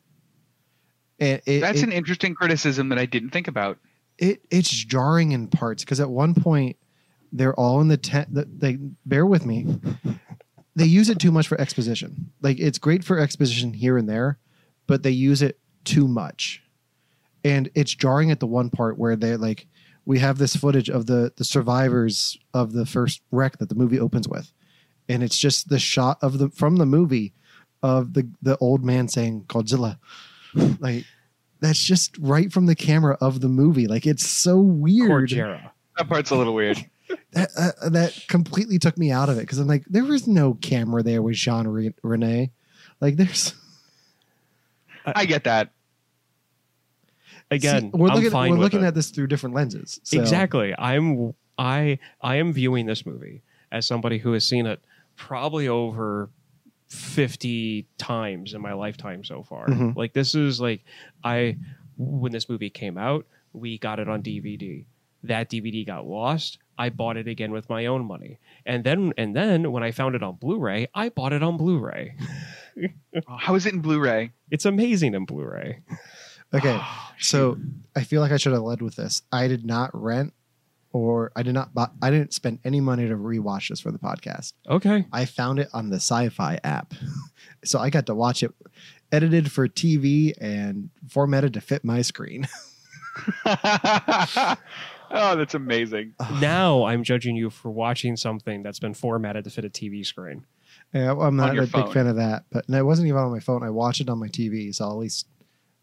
[SPEAKER 2] And it,
[SPEAKER 4] That's
[SPEAKER 2] it,
[SPEAKER 4] an interesting criticism that I didn't think about.
[SPEAKER 2] it it's jarring in parts because at one point they're all in the tent. th- They bear with me. They use it too much for exposition. Like it's great for exposition here and there, but they use it too much, and it's jarring at the one part where they're like, we have this footage of the the survivors of the first wreck that the movie opens with, and it's just the shot of the from the movie of the the old man saying Godzilla, like that's just right from the camera of the movie. Like it's so weird.
[SPEAKER 3] Cordjera.
[SPEAKER 4] That part's a little
[SPEAKER 2] *laughs*
[SPEAKER 4] weird.
[SPEAKER 2] That uh, that completely took me out of it because I'm like, there was no camera there with Jean Re- Rene. Like there's *laughs*
[SPEAKER 4] I get that.
[SPEAKER 3] Again,
[SPEAKER 2] See, we're
[SPEAKER 3] I'm
[SPEAKER 2] looking
[SPEAKER 3] fine
[SPEAKER 2] we're
[SPEAKER 3] with
[SPEAKER 2] looking
[SPEAKER 3] it.
[SPEAKER 2] at this through different lenses. So,
[SPEAKER 3] Exactly. I'm I I am viewing this movie as somebody who has seen it probably over 50 times in my lifetime so far.
[SPEAKER 2] Mhm.
[SPEAKER 3] Like this is like I when this movie came out, we got it on DVD. That DVD got lost. I bought it again with my own money. And then and then when I found it on Blu-ray, I bought it on Blu-ray.
[SPEAKER 4] How is it in Blu-ray? Oh,
[SPEAKER 3] It's amazing in Blu-ray.
[SPEAKER 2] Okay. So I feel like I should have led with this. I did not rent or I did not buy, I didn't spend any money to rewatch this for the podcast.
[SPEAKER 3] Okay.
[SPEAKER 2] I found it on the Sci-Fi app. *laughs* so I got to watch it edited for TV and formatted to fit my screen.
[SPEAKER 4] *laughs* oh, that's amazing.
[SPEAKER 3] Now I'm judging you for watching something that's been formatted to fit a TV screen.
[SPEAKER 2] Yeah, well, I'm not
[SPEAKER 4] your
[SPEAKER 2] a
[SPEAKER 4] phone.
[SPEAKER 2] big fan of that, but and it wasn't even on my phone. I watched it on my TV, so I'll at least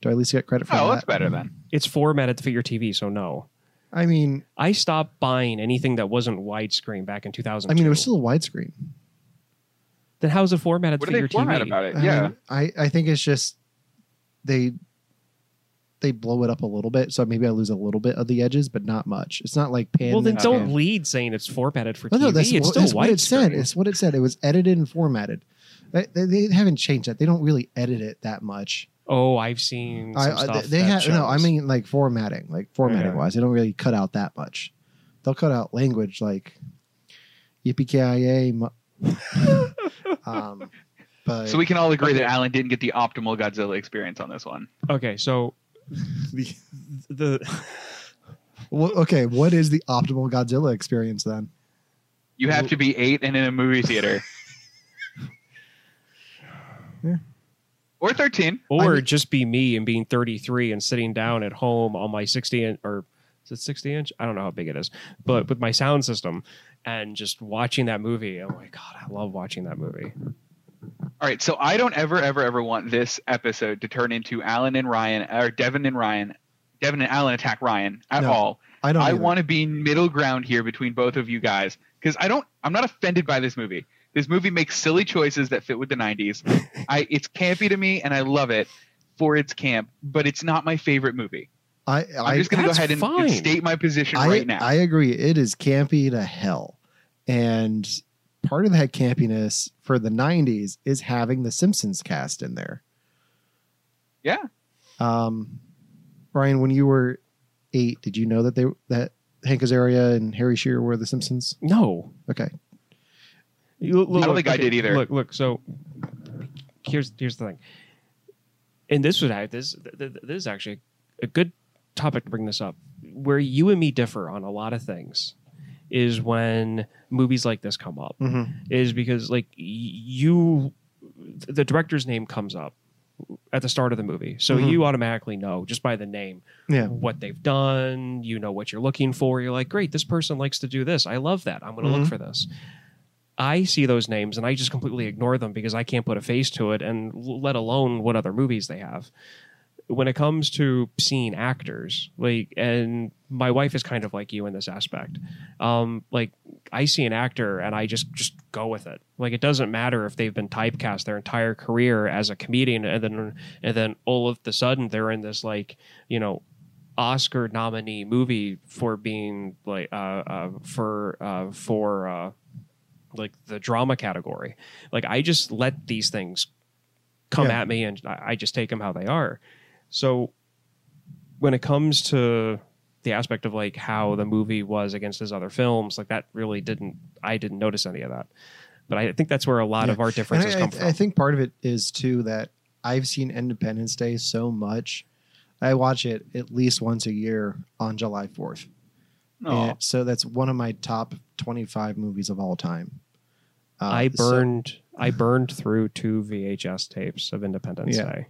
[SPEAKER 2] do I at least get credit for
[SPEAKER 4] Oh,
[SPEAKER 2] that?
[SPEAKER 4] that's better then.
[SPEAKER 3] It's formatted to fit your TV, so no.
[SPEAKER 2] I mean,
[SPEAKER 3] I stopped buying anything that wasn't widescreen back in 2000.
[SPEAKER 2] I mean, it was still widescreen.
[SPEAKER 3] then how's it formatted
[SPEAKER 4] What
[SPEAKER 3] for
[SPEAKER 4] are they
[SPEAKER 3] your
[SPEAKER 4] format
[SPEAKER 3] TV?
[SPEAKER 4] about it?
[SPEAKER 2] I
[SPEAKER 4] Yeah.
[SPEAKER 2] mean, I I think it's just they they blow it up a little bit, so maybe I lose a little bit of the edges, but not much. It's not like pan.
[SPEAKER 3] Well, then
[SPEAKER 2] and
[SPEAKER 3] don't
[SPEAKER 2] pan.
[SPEAKER 3] lead saying it's formatted for
[SPEAKER 2] uh, No,
[SPEAKER 3] TV.
[SPEAKER 2] no, that's,
[SPEAKER 3] it's
[SPEAKER 2] what-
[SPEAKER 3] still
[SPEAKER 2] that's what it said.
[SPEAKER 3] widescreen.
[SPEAKER 2] It's what it said. It was edited and formatted. They, they, they haven't changed that. They don't really edit it that much.
[SPEAKER 3] oh, I've seen some
[SPEAKER 2] I, I-
[SPEAKER 3] stuff.
[SPEAKER 2] they
[SPEAKER 3] that
[SPEAKER 2] have no.
[SPEAKER 3] shows.
[SPEAKER 2] I mean, like formatting, like formatting wise, they don't really cut out that much. They'll cut out language like yippee mu- *laughs* um, but
[SPEAKER 4] So we can all agree that Alan didn't get the optimal Godzilla experience on this one.
[SPEAKER 3] okay, so
[SPEAKER 2] *laughs* The-
[SPEAKER 3] the
[SPEAKER 2] Wha- okay, what is the optimal Godzilla experience then?
[SPEAKER 4] You have to be eight and in a movie theater.
[SPEAKER 2] *laughs* Yeah.
[SPEAKER 4] Or 13.
[SPEAKER 3] or
[SPEAKER 2] mean-
[SPEAKER 3] just be me and being 33 and sitting down at home on my 60 inch or is it 60 inch? I don't know how big it is, but with my sound system and just watching that movie. Oh my god, I love watching that movie.
[SPEAKER 4] All right. So I don't ever, ever, ever want this episode to turn into Alan and Ryan or Devin and Ryan, Devin and Alan attack Ryan at
[SPEAKER 2] No,
[SPEAKER 4] all.
[SPEAKER 2] I don't.
[SPEAKER 4] I
[SPEAKER 2] either.
[SPEAKER 4] want to be middle ground here between both of you guys because I don't. I'm not offended by this movie. This movie makes silly choices that fit with the
[SPEAKER 2] *laughs*
[SPEAKER 4] '90s. I it's campy to me, and I love it for its camp, but it's not my favorite movie.
[SPEAKER 2] I
[SPEAKER 4] I'm
[SPEAKER 2] I,
[SPEAKER 4] just going to go
[SPEAKER 3] that's
[SPEAKER 4] ahead and, and
[SPEAKER 3] fine.
[SPEAKER 4] state my position
[SPEAKER 2] I,
[SPEAKER 4] right now.
[SPEAKER 2] I agree. It is campy to hell, and part of that campiness for the '90s is having the Simpsons cast in there.
[SPEAKER 4] yeah,
[SPEAKER 2] Um, Brian, when you were eight, did you know that they that Hank Azaria and Harry Shearer were the Simpsons?
[SPEAKER 3] No,
[SPEAKER 2] Okay,
[SPEAKER 3] You- look,
[SPEAKER 4] I don't
[SPEAKER 3] look,
[SPEAKER 4] think I did either.
[SPEAKER 3] Look, look. So here's here's the thing, and this was this this is actually a good topic to bring this up. Where you and me differ on a lot of things is when movies like this come up
[SPEAKER 2] mm-hmm.
[SPEAKER 3] is because like y- you the director's name comes up at the start of the movie so
[SPEAKER 4] Mm-hmm.
[SPEAKER 2] Mhm.
[SPEAKER 3] you automatically know just by the name
[SPEAKER 2] yeah,
[SPEAKER 3] what they've done. You know what you're looking for. You're like, great, this person likes to do this. I love that. I'm going to
[SPEAKER 2] Mhm.
[SPEAKER 3] look for this. I see those names and I just completely ignore them because I can't put a face to it, and l- let alone what other movies they have. When it comes to seeing actors, like, and my wife is kind of like you in this aspect. Um, like, I see an actor and I just just go with it. Like, it doesn't matter if they've been typecast their entire career as a comedian, and then and then all of the sudden they're in this like you know Oscar nominee movie for being like uh, uh for uh for uh like the drama category. Like I just let these things come
[SPEAKER 2] Yeah.
[SPEAKER 3] at me and I I just take them how they are. So when it comes to the aspect of like how the movie was against his other films, like that really didn't I didn't notice any of that. But I think that's where a lot
[SPEAKER 2] Yeah.
[SPEAKER 3] of our
[SPEAKER 2] And
[SPEAKER 3] differences
[SPEAKER 2] I,
[SPEAKER 3] come
[SPEAKER 2] I-
[SPEAKER 3] from.
[SPEAKER 2] I think part of it is too that I've seen Independence Day so much. I watch it at least once a year on July 4th.
[SPEAKER 4] Aw.
[SPEAKER 2] And so that's one of my top 25 movies of all time. Uh,
[SPEAKER 3] I
[SPEAKER 2] so,
[SPEAKER 3] burned I burned through two VHS tapes of Independence
[SPEAKER 2] Yeah.
[SPEAKER 3] Day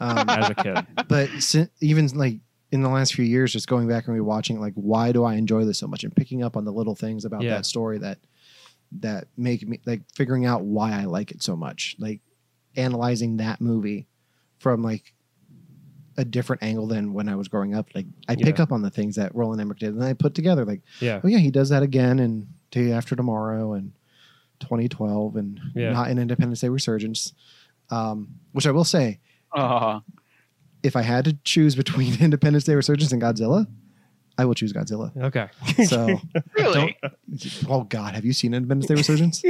[SPEAKER 2] um,
[SPEAKER 3] *laughs* as
[SPEAKER 2] *laughs*
[SPEAKER 3] a kid.
[SPEAKER 2] but si- even like in the last few years, just going back and rewatching, it, like, why do I enjoy this so much? And picking up on the little things about
[SPEAKER 3] Yeah.
[SPEAKER 2] that story that that make me like figuring out why I like it so much, like analyzing that movie from like a different angle than when I was growing up. Like, I pick
[SPEAKER 3] Yeah.
[SPEAKER 2] up on the things that Roland Emmerich did, and I put together like,
[SPEAKER 3] Yeah.
[SPEAKER 2] oh yeah, he does that again in Day After Tomorrow and 2012 and
[SPEAKER 3] Yeah.
[SPEAKER 2] not in Independence Day Resurgence, um, which I will say
[SPEAKER 4] Aw.
[SPEAKER 2] if I had to choose between *laughs* Independence Day Resurgence and Godzilla, I will choose
[SPEAKER 3] *laughs*
[SPEAKER 2] Godzilla.
[SPEAKER 3] Okay.
[SPEAKER 2] So,
[SPEAKER 4] really?
[SPEAKER 2] oh God, have you seen Independence Day Resurgence?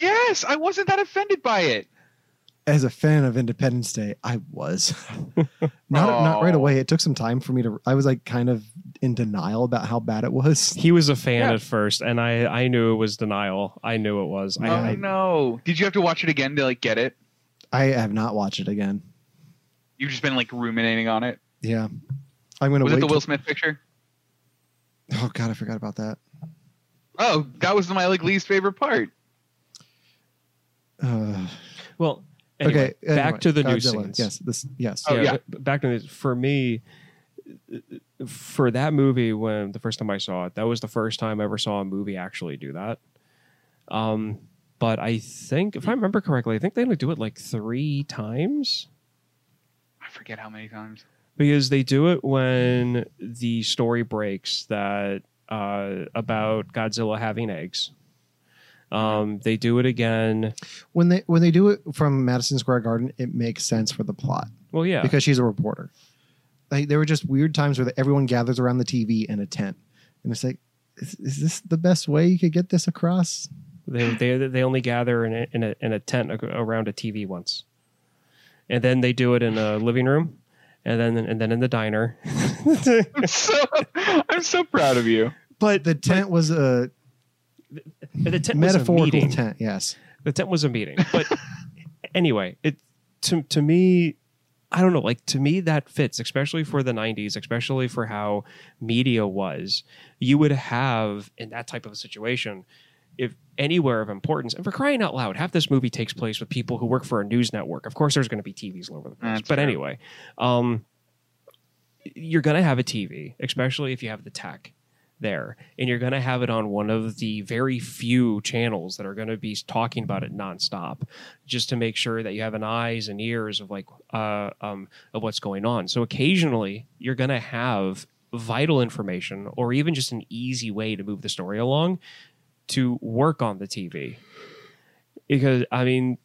[SPEAKER 4] Yes, I wasn't that offended by it.
[SPEAKER 2] As a fan of Independence Day, I was *laughs* not not right
[SPEAKER 4] Oh.
[SPEAKER 2] away. It took some time for me to. I was like kind of in denial about how bad it was. *laughs*
[SPEAKER 3] He was a fan
[SPEAKER 4] Yeah.
[SPEAKER 3] at first, and I, I knew it was denial. I knew it was. I,
[SPEAKER 2] Yeah.
[SPEAKER 4] oh
[SPEAKER 3] I-
[SPEAKER 4] no! Did you have to watch it again to like get it?
[SPEAKER 2] I have not watched it again.
[SPEAKER 4] You've just been like ruminating on it.
[SPEAKER 2] Yeah, I'm gonna
[SPEAKER 4] Was
[SPEAKER 2] wait.
[SPEAKER 4] it the
[SPEAKER 2] till-
[SPEAKER 4] Will Smith picture?
[SPEAKER 2] *laughs* oh God, I forgot about that.
[SPEAKER 4] Oh, that was my like least favorite part.
[SPEAKER 2] Uh,
[SPEAKER 3] well, anyway,
[SPEAKER 2] okay, anyway,
[SPEAKER 3] back to the new
[SPEAKER 2] Godzilla.
[SPEAKER 3] scenes.
[SPEAKER 2] Yes, this yes.
[SPEAKER 4] Oh,
[SPEAKER 3] yeah,
[SPEAKER 4] yeah.
[SPEAKER 3] b- back to the, for me for that movie when the first time I saw it, that was the first time I ever saw a movie actually do that. Um, but I think if I remember correctly, I think they only do it like three times.
[SPEAKER 4] I forget how many times. *laughs*
[SPEAKER 3] because they do it when the story breaks that uh, about Godzilla having eggs. Um, they do it again.
[SPEAKER 2] When they when they do it from Madison Square Garden, it makes sense for the plot.
[SPEAKER 3] Well, yeah,
[SPEAKER 2] because she's a reporter. Like there were just weird times where everyone gathers around the TV in a tent, and it's like, is, is this the best way you could get this across?
[SPEAKER 3] they they they only gather in a, in a in a tent ac- around a TV once, and then they do it in a living room, and then and then in the diner. *laughs*
[SPEAKER 4] I'm so I'm so proud of you.
[SPEAKER 2] But the tent was a
[SPEAKER 3] the tent was a
[SPEAKER 2] metaphorical
[SPEAKER 3] meeting.
[SPEAKER 2] tent. Yes,
[SPEAKER 3] the tent was a meeting but anyway it to, to me i don't know like to me that fits especially for the 90s especially for how media was you would have in that type of a situation if anywhere of importance and for crying out loud half this movie takes place with people who work for a news network of course there's going to be tvs all over the place
[SPEAKER 4] That's
[SPEAKER 3] but
[SPEAKER 4] fair.
[SPEAKER 3] anyway um you're going to have a tv especially if you have the tech there and you're going to have it on one of the very few channels that are going to be talking about it nonstop just to make sure that you have an eyes and ears of like uh, um, of what's going on so occasionally you're going to have vital information or even just an easy way to move the story along to work on the tv because i mean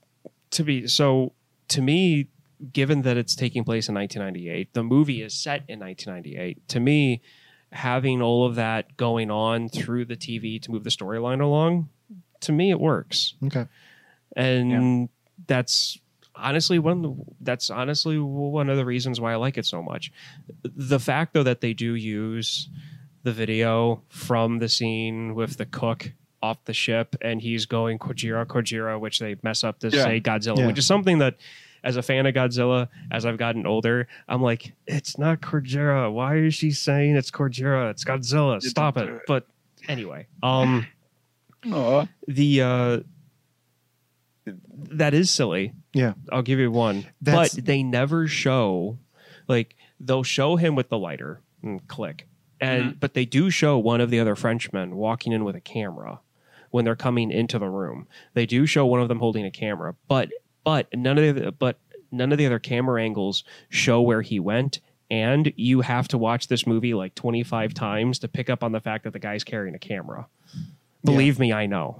[SPEAKER 3] to be so to me given that it's taking place in 1998 the movie is set in 1998 to me having all of that going on through the TV to move the storyline along, to me it works. *laughs*
[SPEAKER 2] okay.
[SPEAKER 3] And that's honestly one of the, that's honestly one of the reasons why I like it so much. The fact though that they do use the video from the scene with the cook off the ship and he's going Kojira Kojira which they mess up to
[SPEAKER 4] Yeah.
[SPEAKER 3] say Godzilla
[SPEAKER 2] Yeah.
[SPEAKER 3] which is something that as a fan of Godzilla as I've gotten older I'm like it's not Kojira why is she saying it's Kojira it's Godzilla
[SPEAKER 4] You
[SPEAKER 3] stop
[SPEAKER 4] don't
[SPEAKER 3] it
[SPEAKER 4] do it.
[SPEAKER 3] but anyway um
[SPEAKER 4] Aw.
[SPEAKER 3] the uh that is silly.
[SPEAKER 2] Yeah.
[SPEAKER 3] I'll give you one.
[SPEAKER 2] That's-
[SPEAKER 3] but they never show like they'll show him with the lighter and click. And but they do show one of the other Frenchmen walking in with a camera when they're coming into the room. They do show one of them holding a camera, but but none of the but none of the other camera angles show where he went. And you have to watch this movie like 25 times to pick up on the fact that the guy's carrying a camera. Believe me, I know.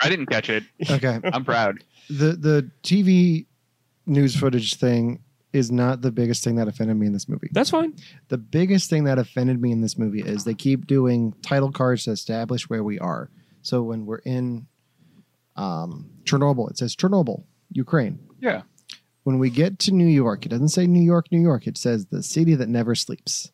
[SPEAKER 4] I didn't catch it.
[SPEAKER 2] Okay.
[SPEAKER 4] I'm proud.
[SPEAKER 2] the the TV news footage thing is not the biggest thing that offended me in this movie.
[SPEAKER 3] That's fine.
[SPEAKER 2] The biggest thing that offended me in this movie is they keep doing title cards to establish where we are. So when we're in um, Chernobyl, it says Chernobyl, Ukraine.
[SPEAKER 4] Yeah.
[SPEAKER 2] When we get to New York, it doesn't say New York, New York. It says the city that never sleeps.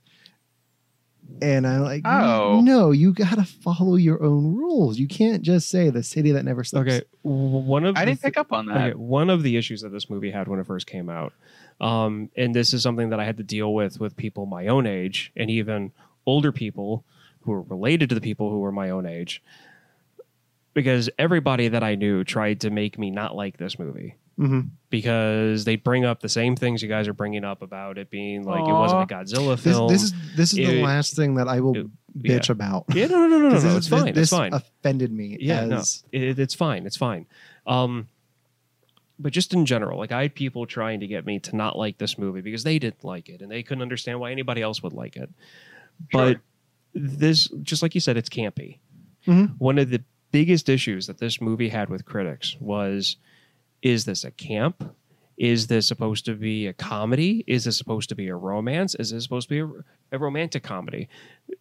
[SPEAKER 2] And I'm like,
[SPEAKER 4] Oh.
[SPEAKER 2] no, you got to follow your own rules. You can't just say the city that never sleeps.
[SPEAKER 3] Okay, w- one of
[SPEAKER 4] I
[SPEAKER 3] the
[SPEAKER 4] didn't
[SPEAKER 3] thi-
[SPEAKER 4] pick up on that.
[SPEAKER 3] Okay, one of the issues that this movie had when it first came out, um, and this is something that I had to deal with with people my own age and even older people who were related to the people who were my own age, because everybody that I knew tried to make me not like this movie
[SPEAKER 2] hmm
[SPEAKER 3] because they bring up the same things you guys are bringing up about it being like it wasn't a Godzilla
[SPEAKER 2] This,
[SPEAKER 3] film.
[SPEAKER 2] this is this is the
[SPEAKER 3] It-
[SPEAKER 2] last thing that I will
[SPEAKER 3] it-
[SPEAKER 2] bitch about.
[SPEAKER 3] yeah, no, no, no, no, no,
[SPEAKER 2] 'Cause
[SPEAKER 3] no,
[SPEAKER 2] this-
[SPEAKER 3] it's fine,
[SPEAKER 2] This
[SPEAKER 3] it's fine.
[SPEAKER 2] offended me
[SPEAKER 3] Yeah, no.
[SPEAKER 2] as
[SPEAKER 3] it, it's fine. It's fine. Um, but just in general, like I had people trying to get me to not like this movie because they didn't like it and they couldn't understand why anybody else would like it. But this, just like you said, it's campy.
[SPEAKER 2] Mhm.
[SPEAKER 3] One of the biggest issues that this movie had with critics was is this a camp? Is this supposed to be a comedy? Is this supposed to be a romance? Is this supposed to be a, a romantic comedy?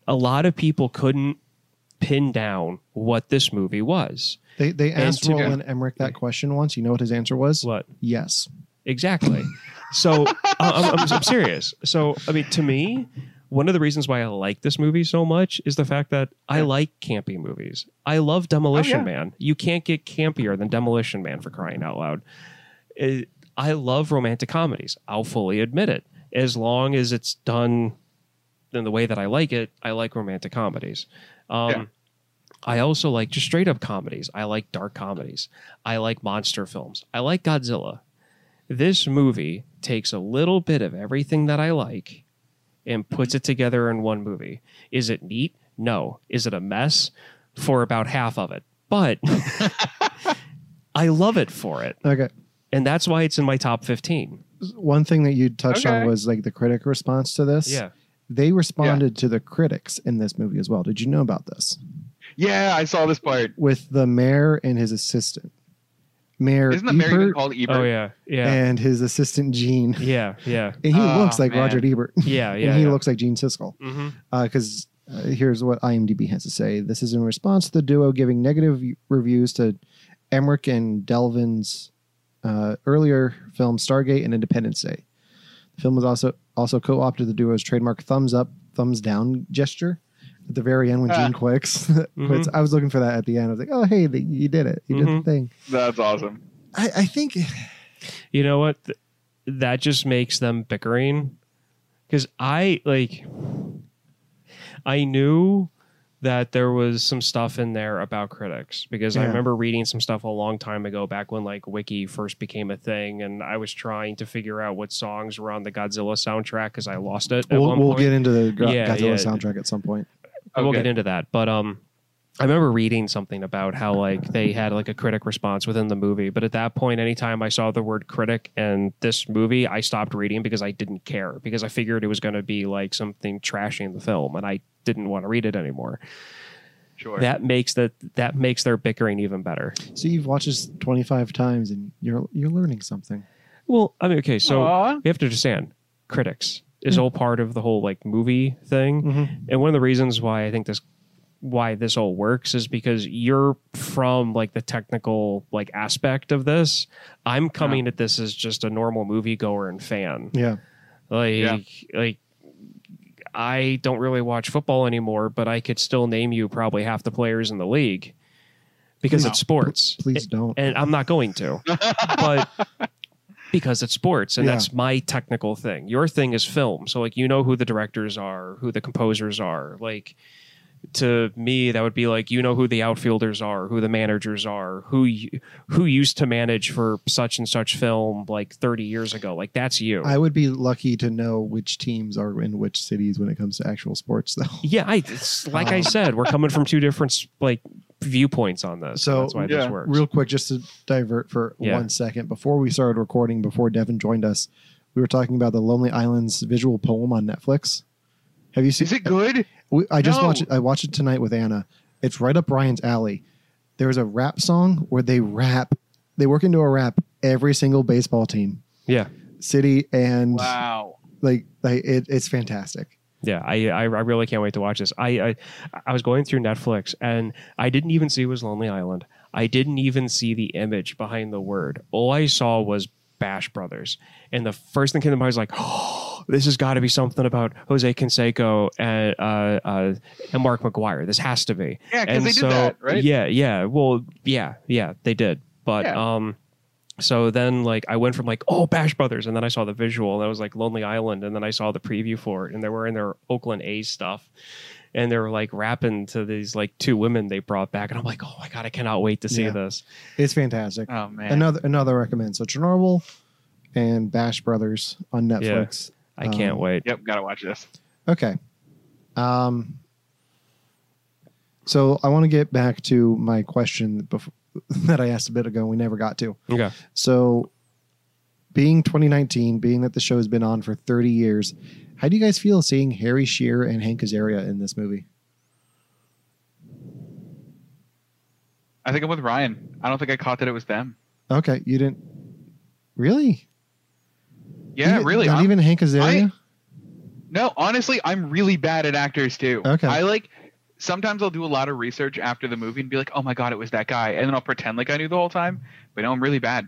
[SPEAKER 3] A lot of people couldn't pin down what this movie was.
[SPEAKER 2] they they
[SPEAKER 3] And
[SPEAKER 2] asked
[SPEAKER 3] to-
[SPEAKER 2] Roland Emmerich that question once. You know what his answer was?
[SPEAKER 3] What
[SPEAKER 2] Yes.
[SPEAKER 3] exactly? so I- I'm, I'm, I'm serious. So I mean, to me, one of the reasons why I like this movie so much is the fact that I like campy movies. I love Demolition
[SPEAKER 4] Oh, yeah.
[SPEAKER 3] Man. You can't get campier than Demolition Man for crying out loud. It- I love romantic comedies. I'll fully admit it. As long as it's done in the way that I like it, I like romantic comedies. Um,
[SPEAKER 4] Yeah.
[SPEAKER 3] I also like just straight up comedies. I like dark comedies. I like monster films. I like Godzilla. This movie takes a little bit of everything that I like and puts it together in one movie. Is it neat? No. Is it a mess? For about half of it. But *laughs* I love it for it.
[SPEAKER 2] Okay.
[SPEAKER 3] And that's why it's in my top 15.
[SPEAKER 2] One thing that you touched on
[SPEAKER 4] Okay.
[SPEAKER 2] was like the critic response to this.
[SPEAKER 3] Yeah.
[SPEAKER 2] They responded to the critics in this movie as well. Did you know about this?
[SPEAKER 4] Yeah, I saw this part.
[SPEAKER 2] With the mayor and his assistant. Mayor
[SPEAKER 4] Isn't the mayor even
[SPEAKER 2] Ebert
[SPEAKER 4] called Ebert?
[SPEAKER 3] Er, Oh, yeah. Yeah.
[SPEAKER 2] and his assistant Gene.
[SPEAKER 3] Yeah.
[SPEAKER 2] *laughs*
[SPEAKER 3] Yeah.
[SPEAKER 2] And he
[SPEAKER 4] Oh,
[SPEAKER 2] looks like
[SPEAKER 4] man.
[SPEAKER 2] Roger Ebert.
[SPEAKER 3] Yeah. Yeah.
[SPEAKER 2] and he
[SPEAKER 3] yeah.
[SPEAKER 2] looks like Gene Siskel.
[SPEAKER 3] hmm
[SPEAKER 2] because uh, here's what IMDb has to say. This is in response to the duo giving negative reviews to Emmerich and Delvin's uh, earlier film Stargate and Independence Day. The film was also also co-opted the duo's trademark thumbs up, thumbs down gesture at the very end when
[SPEAKER 4] Ah.
[SPEAKER 2] Gene *laughs* quits. quits.
[SPEAKER 3] Mm-hmm.
[SPEAKER 2] I was looking for that at the end. I was like, oh hey, the, you did it, you did
[SPEAKER 3] Mhm.
[SPEAKER 2] the thing.
[SPEAKER 4] That's awesome.
[SPEAKER 2] I, I think
[SPEAKER 3] you know what Th- that just makes them bickering because i like i knew that there was some stuff in there about critics because i
[SPEAKER 2] Yeah.
[SPEAKER 3] remember reading some stuff a long time ago back when like wiki first became a thing and i was trying to figure out what songs were on the godzilla soundtrack because i lost it at
[SPEAKER 2] we'll,
[SPEAKER 3] one
[SPEAKER 2] we'll
[SPEAKER 3] point.
[SPEAKER 2] get into the Go-
[SPEAKER 3] Yeah,
[SPEAKER 2] Godzilla
[SPEAKER 3] yeah.
[SPEAKER 2] soundtrack at some point.
[SPEAKER 3] I won't
[SPEAKER 4] Okay.
[SPEAKER 3] get into that, but um, I remember reading something about how like they had like a critic response within the movie. But at that point, anytime I saw the word critic and this movie, I stopped reading because I didn't care because I figured it was going to be like something trashing the film, and I didn't want to read it anymore.
[SPEAKER 4] Sure.
[SPEAKER 3] That makes that that makes their bickering even better.
[SPEAKER 2] So you've watched this 25 times and you're you're learning something.
[SPEAKER 3] Well, I mean, okay, so Hmm.
[SPEAKER 4] Aw.
[SPEAKER 3] you have to understand, critics is all part of the whole like movie thing. and one of the reasons why I think this why this all works is because you're from like the technical like aspect of this. I'm coming at this as just a normal moviegoer and fan.
[SPEAKER 2] Yeah.
[SPEAKER 3] Like
[SPEAKER 4] Yeah.
[SPEAKER 3] like I don't really watch football anymore, but I could still name you probably half the players in the league because
[SPEAKER 2] Please-
[SPEAKER 3] it's sports. *laughs*
[SPEAKER 2] Please don't.
[SPEAKER 3] And I'm not going to.
[SPEAKER 2] *laughs*
[SPEAKER 3] but because it's sports and
[SPEAKER 2] Yeah.
[SPEAKER 3] that's my technical thing. Your thing is film. So like you know who the directors are, who the composers are. Like to me that would be like you know who the outfielders are, who the managers are, who you, who used to manage for such and such film like 30 years ago. Like that's you.
[SPEAKER 2] I would be lucky to know which teams are in which cities when it comes to actual sports, though.
[SPEAKER 3] yeah, I it's, like
[SPEAKER 2] Uh-huh.
[SPEAKER 3] I said, we're coming from two different like viewpoints on this.
[SPEAKER 2] So,
[SPEAKER 3] that's why
[SPEAKER 4] yeah,
[SPEAKER 3] this works.
[SPEAKER 2] Real quick, just to divert for
[SPEAKER 3] Yeah.
[SPEAKER 2] one second, before we started recording, before Devin joined us, we were talking about the Lonely Islands visual poem on Netflix. Have you seen?
[SPEAKER 4] Is it good?
[SPEAKER 2] we, I just
[SPEAKER 4] No.
[SPEAKER 2] watched it. I watched it tonight with Anna. It's right up Ryan's alley. There's a rap song where they rap. They work into a rap every single baseball team.
[SPEAKER 3] yeah.
[SPEAKER 2] city, and
[SPEAKER 4] Wow.
[SPEAKER 2] like, like it, it's fantastic.
[SPEAKER 3] Yeah, I, I I really can't wait to watch this. I, I I was going through Netflix and I didn't even see it was Lonely Island. I didn't even see the image behind the word. All I saw was Bash Brothers. And the first thing came to mind was like, *gasps* oh, this has got to be something about Jose Canseco and uh, uh, and Mark McGuire. This has to be.
[SPEAKER 4] Yeah, 'cause
[SPEAKER 3] And
[SPEAKER 4] they did that, right?
[SPEAKER 3] Yeah, yeah. Well, yeah, yeah, they did. But
[SPEAKER 4] Yeah.
[SPEAKER 3] um so then like I went from like, oh Bash Brothers, and then I saw the visual and I was like Lonely Island, and then I saw the preview for it, and they were in their Oakland A's stuff. And they were like rapping to these like two women they brought back, and I'm like, oh my god, I cannot wait to see
[SPEAKER 2] Yeah.
[SPEAKER 3] this.
[SPEAKER 2] It's fantastic.
[SPEAKER 4] Oh man.
[SPEAKER 2] another another recommend. So Chernobyl and Bash Brothers on Netflix.
[SPEAKER 3] I can't
[SPEAKER 2] Um,
[SPEAKER 3] wait.
[SPEAKER 4] Yep, gotta watch this.
[SPEAKER 2] Okay. Um. So I want to get back to my question before, *laughs* that I asked a bit ago. and We never got to.
[SPEAKER 3] Okay.
[SPEAKER 2] So, being 2019, being that the show has been on for 30 years, how do you guys feel seeing Harry Shearer and Hank Azaria in this movie?
[SPEAKER 4] I think I'm with Ryan. I don't think I caught that it was them.
[SPEAKER 2] Okay, you didn't really?
[SPEAKER 4] Yeah,
[SPEAKER 2] Even-
[SPEAKER 4] really.
[SPEAKER 2] Not
[SPEAKER 4] I'm-
[SPEAKER 2] even Hank Azaria.
[SPEAKER 4] No, honestly, I'm really bad at actors too.
[SPEAKER 2] Okay.
[SPEAKER 4] I like sometimes I'll do a lot of research after the movie and be like, "Oh my god, it was that guy," and then I'll pretend like I knew the whole time. But no, I'm really bad.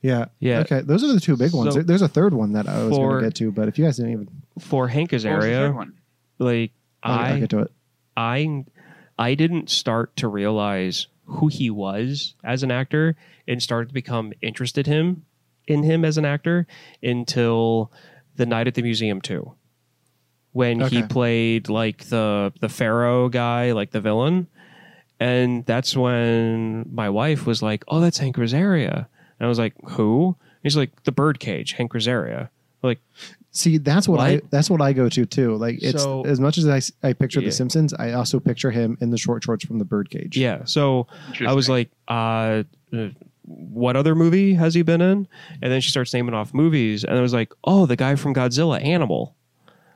[SPEAKER 2] Yeah.
[SPEAKER 3] Yeah.
[SPEAKER 2] Okay, those are the two big ones.
[SPEAKER 3] So-
[SPEAKER 2] There's a third one that I was going
[SPEAKER 3] For-
[SPEAKER 2] to get to, but if you guys didn't even,
[SPEAKER 3] For Hank
[SPEAKER 4] What was the third
[SPEAKER 3] Azaria,
[SPEAKER 4] one? Oh,
[SPEAKER 3] like
[SPEAKER 2] I'll, I'll
[SPEAKER 3] I
[SPEAKER 2] get to it.
[SPEAKER 3] I I didn't start to realize who he was as an actor and started to become interested him in him as an actor until the night at the museum too. When he
[SPEAKER 2] Okay.
[SPEAKER 3] played like the the Pharaoh guy, like the villain. And that's when my wife was like, Oh, that's Hank Rosaria. And I was like, Who? And he's like, The birdcage, Hank Rosaria. Like,
[SPEAKER 2] See, that's what I
[SPEAKER 3] Right?
[SPEAKER 2] that's what I go to too. Like it's
[SPEAKER 3] So-
[SPEAKER 2] as much as I, s- I picture
[SPEAKER 3] Yeah.
[SPEAKER 2] The Simpsons, I also picture him in the short shorts from The Birdcage.
[SPEAKER 3] yeah. So I
[SPEAKER 4] Interesting.
[SPEAKER 3] was like, uh, uh, what other movie has he been in? And then she starts naming off movies, and I was like, oh, the guy from Godzilla, Animal.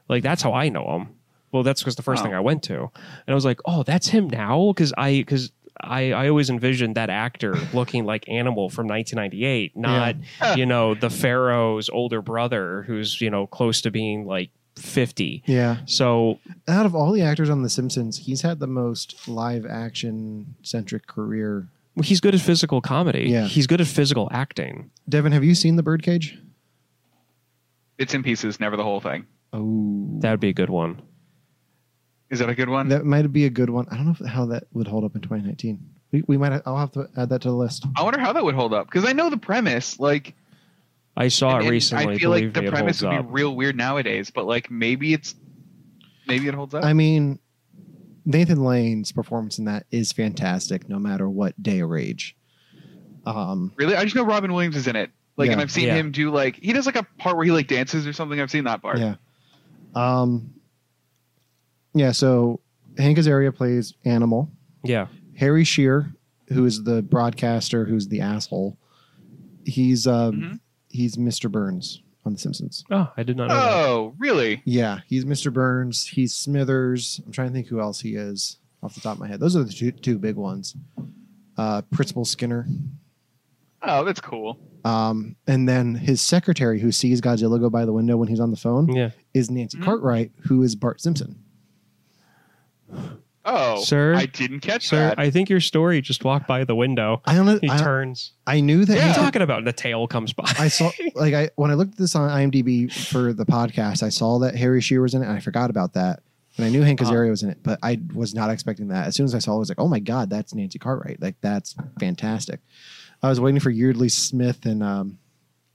[SPEAKER 3] Like that's how I know him. Well, that's because the first
[SPEAKER 4] Oh.
[SPEAKER 3] thing I went to, and I was like, oh, that's him now, because I because. I, I always envisioned that
[SPEAKER 4] *laughs*
[SPEAKER 3] actor looking like Animal from 1998, not,
[SPEAKER 4] Yeah.
[SPEAKER 3] you know, the Pharaoh's older brother who's, you know, close to being like 50.
[SPEAKER 2] Yeah.
[SPEAKER 3] So,
[SPEAKER 2] out of all the actors on The Simpsons, he's had the most live action centric career.
[SPEAKER 3] he's good at physical comedy.
[SPEAKER 2] Yeah.
[SPEAKER 3] He's good at physical acting.
[SPEAKER 2] Devin, have you seen The Birdcage?
[SPEAKER 4] bits and pieces, never the whole thing.
[SPEAKER 2] Oh,
[SPEAKER 3] That would be a good one.
[SPEAKER 4] Is that a good one?
[SPEAKER 2] that might be a good one. I don't know if, how that would hold up in 2019. We, we might. I'll have to add that to the list.
[SPEAKER 4] I wonder how that would hold up because I know the premise. Like,
[SPEAKER 3] I
[SPEAKER 4] and-
[SPEAKER 3] saw it
[SPEAKER 4] and
[SPEAKER 3] recently.
[SPEAKER 4] I feel like
[SPEAKER 3] believe me,
[SPEAKER 4] the
[SPEAKER 3] it
[SPEAKER 4] premise
[SPEAKER 3] holds
[SPEAKER 4] would be
[SPEAKER 3] up.
[SPEAKER 4] real weird nowadays, but like maybe it's maybe it holds up.
[SPEAKER 2] I mean, Nathan Lane's performance in that is fantastic, no matter what day or age. Um,
[SPEAKER 4] really, I just know Robin Williams is in it. Like, and
[SPEAKER 2] Yeah.
[SPEAKER 4] I've seen
[SPEAKER 3] Yeah.
[SPEAKER 4] him do like he does like a part where he like dances or something. I've seen that part.
[SPEAKER 2] yeah, um, yeah. So Hank Azaria plays Animal.
[SPEAKER 3] Yeah,
[SPEAKER 2] Harry Shearer, who is the broadcaster, who's the asshole. He's um,
[SPEAKER 4] Mhm.
[SPEAKER 2] he's Mr. Burns on The Simpsons.
[SPEAKER 3] Oh, I did not know. that.
[SPEAKER 4] Oh, really?
[SPEAKER 2] Yeah, he's Mr. Burns. He's Smithers. I'm trying to think who else he is off the top of my head. Those are the two, two big ones. Uh, Principal Skinner,
[SPEAKER 4] Oh, that's cool.
[SPEAKER 2] um, and then his secretary, who sees Godzilla go by the window when he's on the phone,
[SPEAKER 3] Yeah,
[SPEAKER 2] is Nancy
[SPEAKER 4] Mhm.
[SPEAKER 2] Cartwright, who is Bart Simpson.
[SPEAKER 4] Oh,
[SPEAKER 3] Sir?
[SPEAKER 4] I didn't catch
[SPEAKER 3] sir,
[SPEAKER 4] that.
[SPEAKER 3] I think your story just walked by the window.
[SPEAKER 2] I don't.
[SPEAKER 3] He
[SPEAKER 2] I,
[SPEAKER 3] turns.
[SPEAKER 2] I knew that.
[SPEAKER 3] What are you
[SPEAKER 2] Nancy-
[SPEAKER 3] talking about? The tail comes by.
[SPEAKER 2] I saw like I when I looked at this on IMDb for the podcast, I saw that Harry Shearer was in it, and I forgot about that. And I knew Hank
[SPEAKER 4] Oh.
[SPEAKER 2] Azaria was in it, but I was not expecting that. As soon as I saw, it, I was like, "Oh my god, that's Nancy Cartwright! Like that's fantastic." I was waiting for Yeardley Smith and um,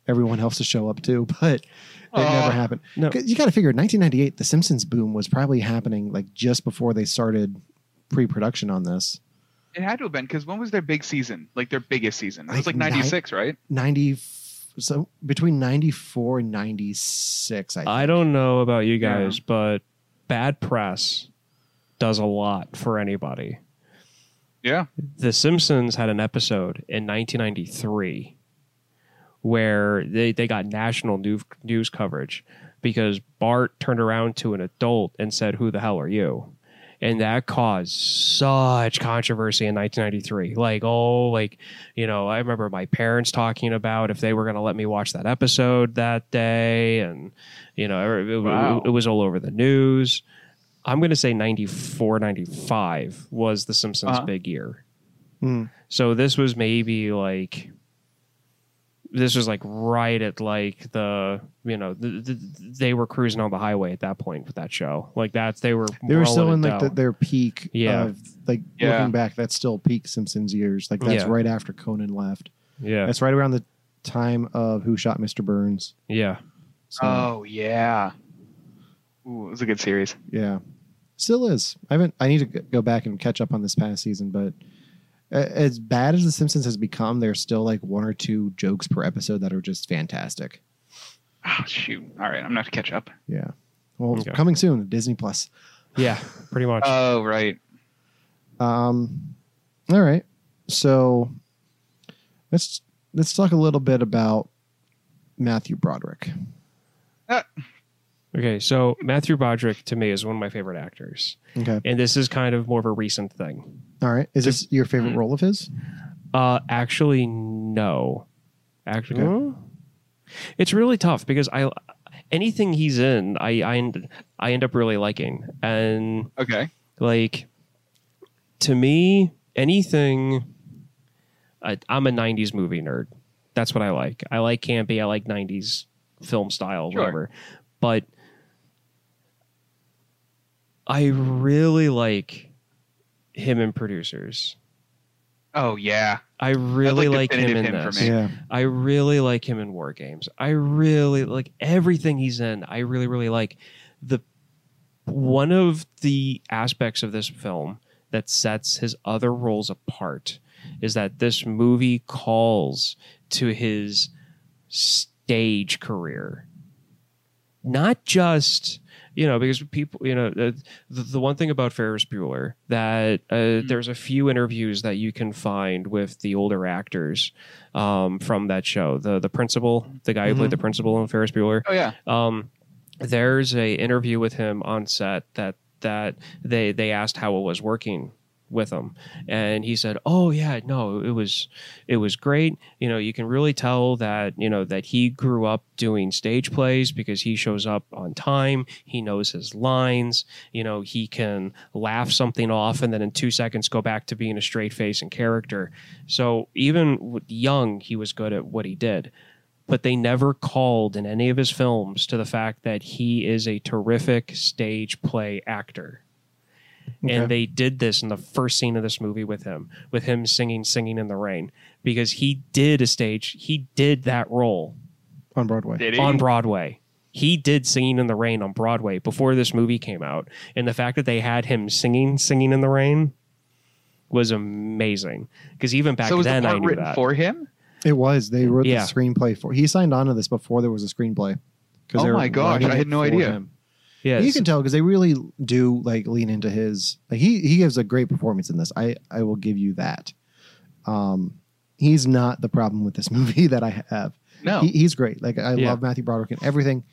[SPEAKER 2] everyone else to show up too, *laughs* but it
[SPEAKER 4] Aw.
[SPEAKER 2] never happened.
[SPEAKER 3] No.
[SPEAKER 2] 'Cause You got to figure, 1998, the Simpsons boom was probably happening like just before they started pre-production on this.
[SPEAKER 4] It had to have been because when was their big season? Like their biggest season? It was
[SPEAKER 2] Like
[SPEAKER 4] like '96, right?
[SPEAKER 2] 90, so between 94 and 96, I think.
[SPEAKER 3] *laughs* I don't know about you
[SPEAKER 4] Yeah.
[SPEAKER 3] guys, but bad press does a lot for anybody.
[SPEAKER 4] Yeah.
[SPEAKER 3] The Simpsons had an episode in 1993 where they, they got national news, news coverage because Bart turned around to an adult and said, Who the hell are you? and that caused such controversy in 1993 like oh like you know i remember my parents talking about if they were going to let me watch that episode that day and you know it, it-
[SPEAKER 4] Wow.
[SPEAKER 3] it was all over the news i'm going to say 94 95 was the simpsons
[SPEAKER 4] Uh-huh.
[SPEAKER 3] big year
[SPEAKER 2] Hmm.
[SPEAKER 3] so this was maybe like this was like right at like the you know the, the, they were cruising on the highway at that point with that show. Like that's they were
[SPEAKER 2] They were still in
[SPEAKER 3] rolling it
[SPEAKER 2] like the,
[SPEAKER 3] down.
[SPEAKER 2] their peak.
[SPEAKER 3] Yeah.
[SPEAKER 2] Of, like
[SPEAKER 4] Yeah.
[SPEAKER 2] looking back, that's still peak Simpsons years. Like that's
[SPEAKER 3] Yeah.
[SPEAKER 2] right after Conan left.
[SPEAKER 3] yeah
[SPEAKER 2] That's right around the time of Who Shot Mr. Burns.
[SPEAKER 3] yeah
[SPEAKER 2] So,
[SPEAKER 4] Oh yeah. Ooh, it was a good series.
[SPEAKER 2] yeah, still is. I haven't. I need to g- go back and catch up on this past season, but a- as bad as the Simpsons has become, there's still like one or two jokes per episode that are just fantastic.
[SPEAKER 4] Oh shoot. All right, I'm gonna have to catch up.
[SPEAKER 2] Yeah. Well,
[SPEAKER 3] Okay.
[SPEAKER 2] coming soon, Disney Plus.
[SPEAKER 3] yeah pretty much.
[SPEAKER 2] Uh,
[SPEAKER 4] Oh right.
[SPEAKER 2] Um, all right. So let's let's talk a little bit about Matthew Broderick.
[SPEAKER 3] okay, so Matthew Broderick to me is one of my favorite actors,
[SPEAKER 2] Okay.
[SPEAKER 3] and this is kind of more of a recent thing.
[SPEAKER 2] All right. Is this your favorite role of his?
[SPEAKER 3] Uh, actually, no, actually,
[SPEAKER 2] Okay.
[SPEAKER 3] it's really tough because I anything he's in, I I end, I end up really liking and.
[SPEAKER 4] Okay.
[SPEAKER 3] like to me anything I, i'm a 90s movie nerd that's what i like i like campy i like 90s film style
[SPEAKER 4] Sure.
[SPEAKER 3] whatever but i really like him in producers
[SPEAKER 4] Oh yeah.
[SPEAKER 3] i really
[SPEAKER 4] like
[SPEAKER 3] like, him
[SPEAKER 4] definitive
[SPEAKER 3] in
[SPEAKER 4] him for
[SPEAKER 3] this
[SPEAKER 4] me.
[SPEAKER 2] Yeah.
[SPEAKER 3] I really like him in War Games. I really like everything he's in. I really really like the one of the aspects of this film that sets his other roles apart is that this movie calls to his stage career. Not just, you know, because people, you know, the, the, the one thing about Ferris Bueller that uh, there's a few interviews that you can find with the older actors um, from that show. The the principal, the guy who
[SPEAKER 2] Mhm.
[SPEAKER 3] played the principal in Ferris Bueller,
[SPEAKER 4] Oh yeah.
[SPEAKER 3] um, there's a interview with him on set that that they they asked how it was working with him and he said oh yeah no it was it was great you know you can really tell that you know that he grew up doing stage plays because he shows up on time he knows his lines you know he can laugh something off and then in 2 seconds go back to being a straight face and character so even w- young he was good at what he did but they never called in any of his films to the fact that he is a terrific stage play actor.
[SPEAKER 2] Okay.
[SPEAKER 3] And they did this in the first scene of this movie with him, with him singing Singing in the Rain, because he did a stage, he did that role
[SPEAKER 2] On Broadway.
[SPEAKER 4] Did
[SPEAKER 3] on Broadway. He did Singing in the Rain on Broadway before this movie came out. And the fact that they had him singing Singing in the Rain was amazing. Because even back
[SPEAKER 4] so was
[SPEAKER 3] then,
[SPEAKER 4] the
[SPEAKER 3] I
[SPEAKER 4] part
[SPEAKER 3] knew
[SPEAKER 4] written
[SPEAKER 3] that.
[SPEAKER 4] for him?
[SPEAKER 2] It was. They wrote
[SPEAKER 3] Yeah.
[SPEAKER 2] the screenplay for. He signed on to this before there was a screenplay. 'Cause
[SPEAKER 4] Oh
[SPEAKER 2] they were
[SPEAKER 4] my gosh,
[SPEAKER 2] writing
[SPEAKER 4] I
[SPEAKER 2] it
[SPEAKER 4] had no
[SPEAKER 2] for
[SPEAKER 4] idea.
[SPEAKER 2] him.
[SPEAKER 3] yes.
[SPEAKER 2] You can tell because they really do like lean into his. Like he he gives a great performance in this. I I will give you that. Um, he's not the problem with this *laughs* movie that I have.
[SPEAKER 4] No.
[SPEAKER 2] He, he's great. Like I
[SPEAKER 3] Yeah.
[SPEAKER 2] love Matthew Broderick and everything.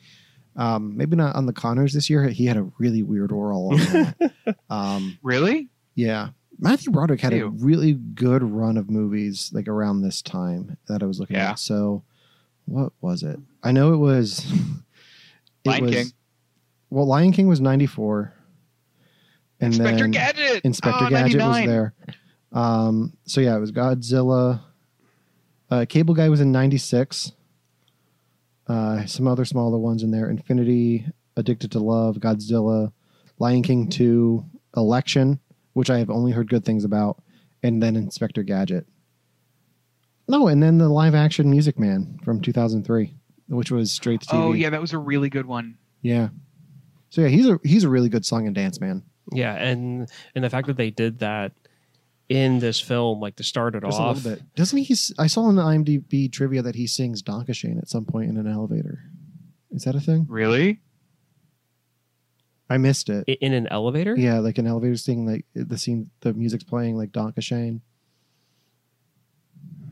[SPEAKER 2] Um, maybe not on the Connors this year. He had a really weird oral. On that.
[SPEAKER 4] *laughs*
[SPEAKER 2] um,
[SPEAKER 4] really?
[SPEAKER 2] yeah, Matthew Broderick had a
[SPEAKER 4] Ew.
[SPEAKER 2] really good run of movies like around this time that I was looking
[SPEAKER 4] Yeah.
[SPEAKER 2] at. So, what was it? I know it was. *laughs* it
[SPEAKER 4] Lion
[SPEAKER 2] was-
[SPEAKER 4] King.
[SPEAKER 2] Well, Lion King was ninety four, and
[SPEAKER 4] Inspector
[SPEAKER 2] then
[SPEAKER 4] Gadget.
[SPEAKER 2] Inspector
[SPEAKER 4] oh,
[SPEAKER 2] Gadget
[SPEAKER 4] 99.
[SPEAKER 2] was there. Um, so yeah, it was Godzilla. Uh, Cable Guy was in '96. Uh, some other smaller ones in there: Infinity, Addicted to Love, Godzilla, Lion King Two, Election, which I have only heard good things about, and then Inspector Gadget. No, and then the live-action Music Man from 2003, which was straight to TV.
[SPEAKER 4] Oh yeah, that was a really good one.
[SPEAKER 2] yeah. So yeah, he's a he's a really good song and dance man.
[SPEAKER 3] Yeah, and and the fact that they did that in this film, like to start it
[SPEAKER 2] Just
[SPEAKER 3] off,
[SPEAKER 2] a little bit. Doesn't he? s- I saw in the IMDb trivia that he sings Donkashane at some point in an elevator. Is that a thing?
[SPEAKER 4] Really?
[SPEAKER 2] I missed it.
[SPEAKER 3] i- in an elevator.
[SPEAKER 2] Yeah, like an elevator scene, like the scene, the music's playing like Donkashane.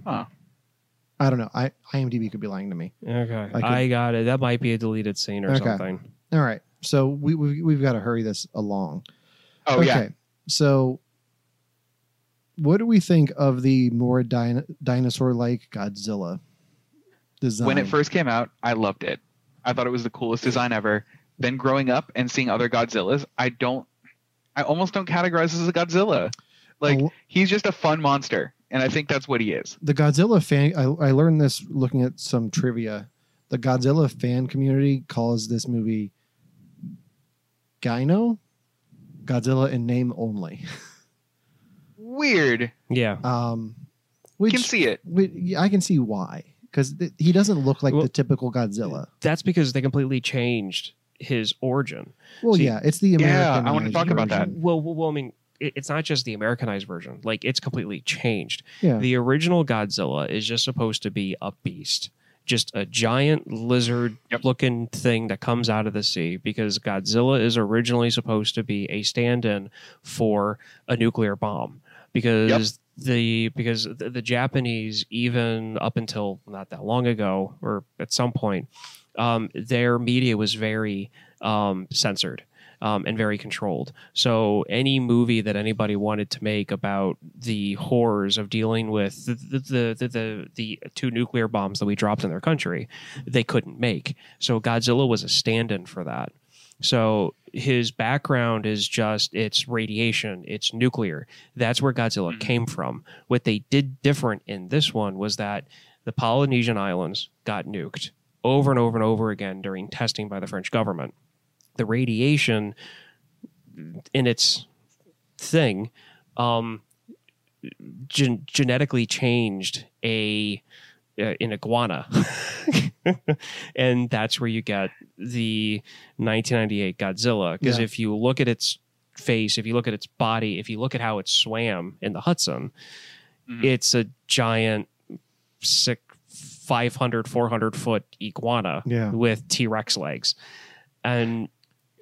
[SPEAKER 4] Huh.
[SPEAKER 2] I don't know. I IMDb could be lying to me.
[SPEAKER 3] Okay,
[SPEAKER 2] I could-
[SPEAKER 3] I, got it. That might be a deleted scene or
[SPEAKER 2] Okay.
[SPEAKER 3] something.
[SPEAKER 2] All right, so we, we we've got to hurry this along.
[SPEAKER 4] Oh yeah.
[SPEAKER 2] So, what do we think of the more din- dinosaur-like Godzilla design?
[SPEAKER 4] When it first came out, I loved it. I thought it was the coolest design ever. Then growing up and seeing other Godzillas, I don't I almost don't categorize this as a Godzilla. Like
[SPEAKER 2] Oh.
[SPEAKER 4] he's just a fun monster. And I think that's what he is.
[SPEAKER 2] the Godzilla fan, I, I learned this looking at some trivia. The Godzilla fan community calls this movie Gino, Godzilla in name only.
[SPEAKER 4] Weird.
[SPEAKER 3] Yeah.
[SPEAKER 2] Um, which
[SPEAKER 4] you can see it.
[SPEAKER 2] we- yeah, I can see why because th- he doesn't look like
[SPEAKER 3] Well-
[SPEAKER 2] the typical Godzilla.
[SPEAKER 3] That's because they completely changed his origin.
[SPEAKER 2] Well,
[SPEAKER 3] See-
[SPEAKER 2] yeah, it's the American.
[SPEAKER 4] Yeah, I wanna talk about that.
[SPEAKER 3] Well, well, well I mean, it- it's not just the Americanized version. Like, it's completely changed.
[SPEAKER 2] Yeah,
[SPEAKER 3] The original Godzilla is just supposed to be a beast, just a giant lizard
[SPEAKER 4] Yep.
[SPEAKER 3] looking thing that comes out of the sea because Godzilla is originally supposed to be a stand in for a nuclear bomb because the because the, the Japanese even up until not that long ago or at some point um, their media was very um, censored um, and very controlled. So any movie that anybody wanted to make about the horrors of dealing with the the the, the, the, the two nuclear bombs that we dropped in their country, they couldn't make. So Godzilla was a stand-in for that. So his background is just it's radiation, it's nuclear. That's where Godzilla
[SPEAKER 4] Mhm.
[SPEAKER 3] came from. What they did different in this one was that the Polynesian islands got nuked over and over and over again during testing by the French government. The radiation in its thing um, gen- genetically changed a uh, an iguana *laughs* and that's where you get the 1998 godzilla because
[SPEAKER 2] Yeah.
[SPEAKER 3] if you look at its face if you look at its body if you look at how it swam in the hudson
[SPEAKER 2] Mm-hmm.
[SPEAKER 4] Mhm.
[SPEAKER 3] it's a giant sick 500 400 foot iguana
[SPEAKER 2] yeah.
[SPEAKER 3] with T Rex legs. And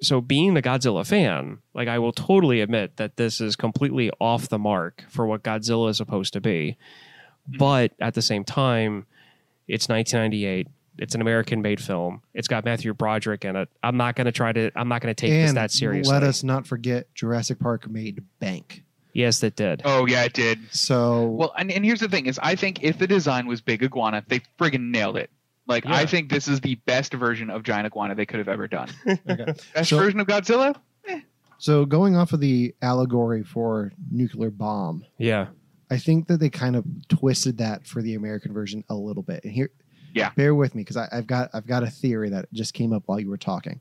[SPEAKER 3] so, being a Godzilla fan, like I will totally admit that this is completely off the mark for what Godzilla is supposed to be.
[SPEAKER 2] Mm-hmm.
[SPEAKER 4] Mhm.
[SPEAKER 3] But at the same time, it's 1998. It's an American-made film. It's got Matthew Broderick in it. I'm not going to try to. I'm not going to take this
[SPEAKER 2] and
[SPEAKER 3] that seriously.
[SPEAKER 2] let us not forget Jurassic Park made bank.
[SPEAKER 3] yes, it did.
[SPEAKER 4] Oh yeah, it did.
[SPEAKER 2] So
[SPEAKER 4] Well, and, and here's the thing is I think if the design was big iguana, they friggin' nailed it. Like
[SPEAKER 3] Yeah.
[SPEAKER 4] I think this is the best version of giant iguana they could have ever done.
[SPEAKER 2] *laughs* Okay.
[SPEAKER 4] Best
[SPEAKER 2] So-
[SPEAKER 4] version of Godzilla? *laughs*
[SPEAKER 2] So going off of the allegory for nuclear bomb,
[SPEAKER 3] Yeah,
[SPEAKER 2] I think that they kind of twisted that for the American version a little bit. And here,
[SPEAKER 4] Yeah.
[SPEAKER 2] bear with me because I've got I've got a theory that just came up while you were talking.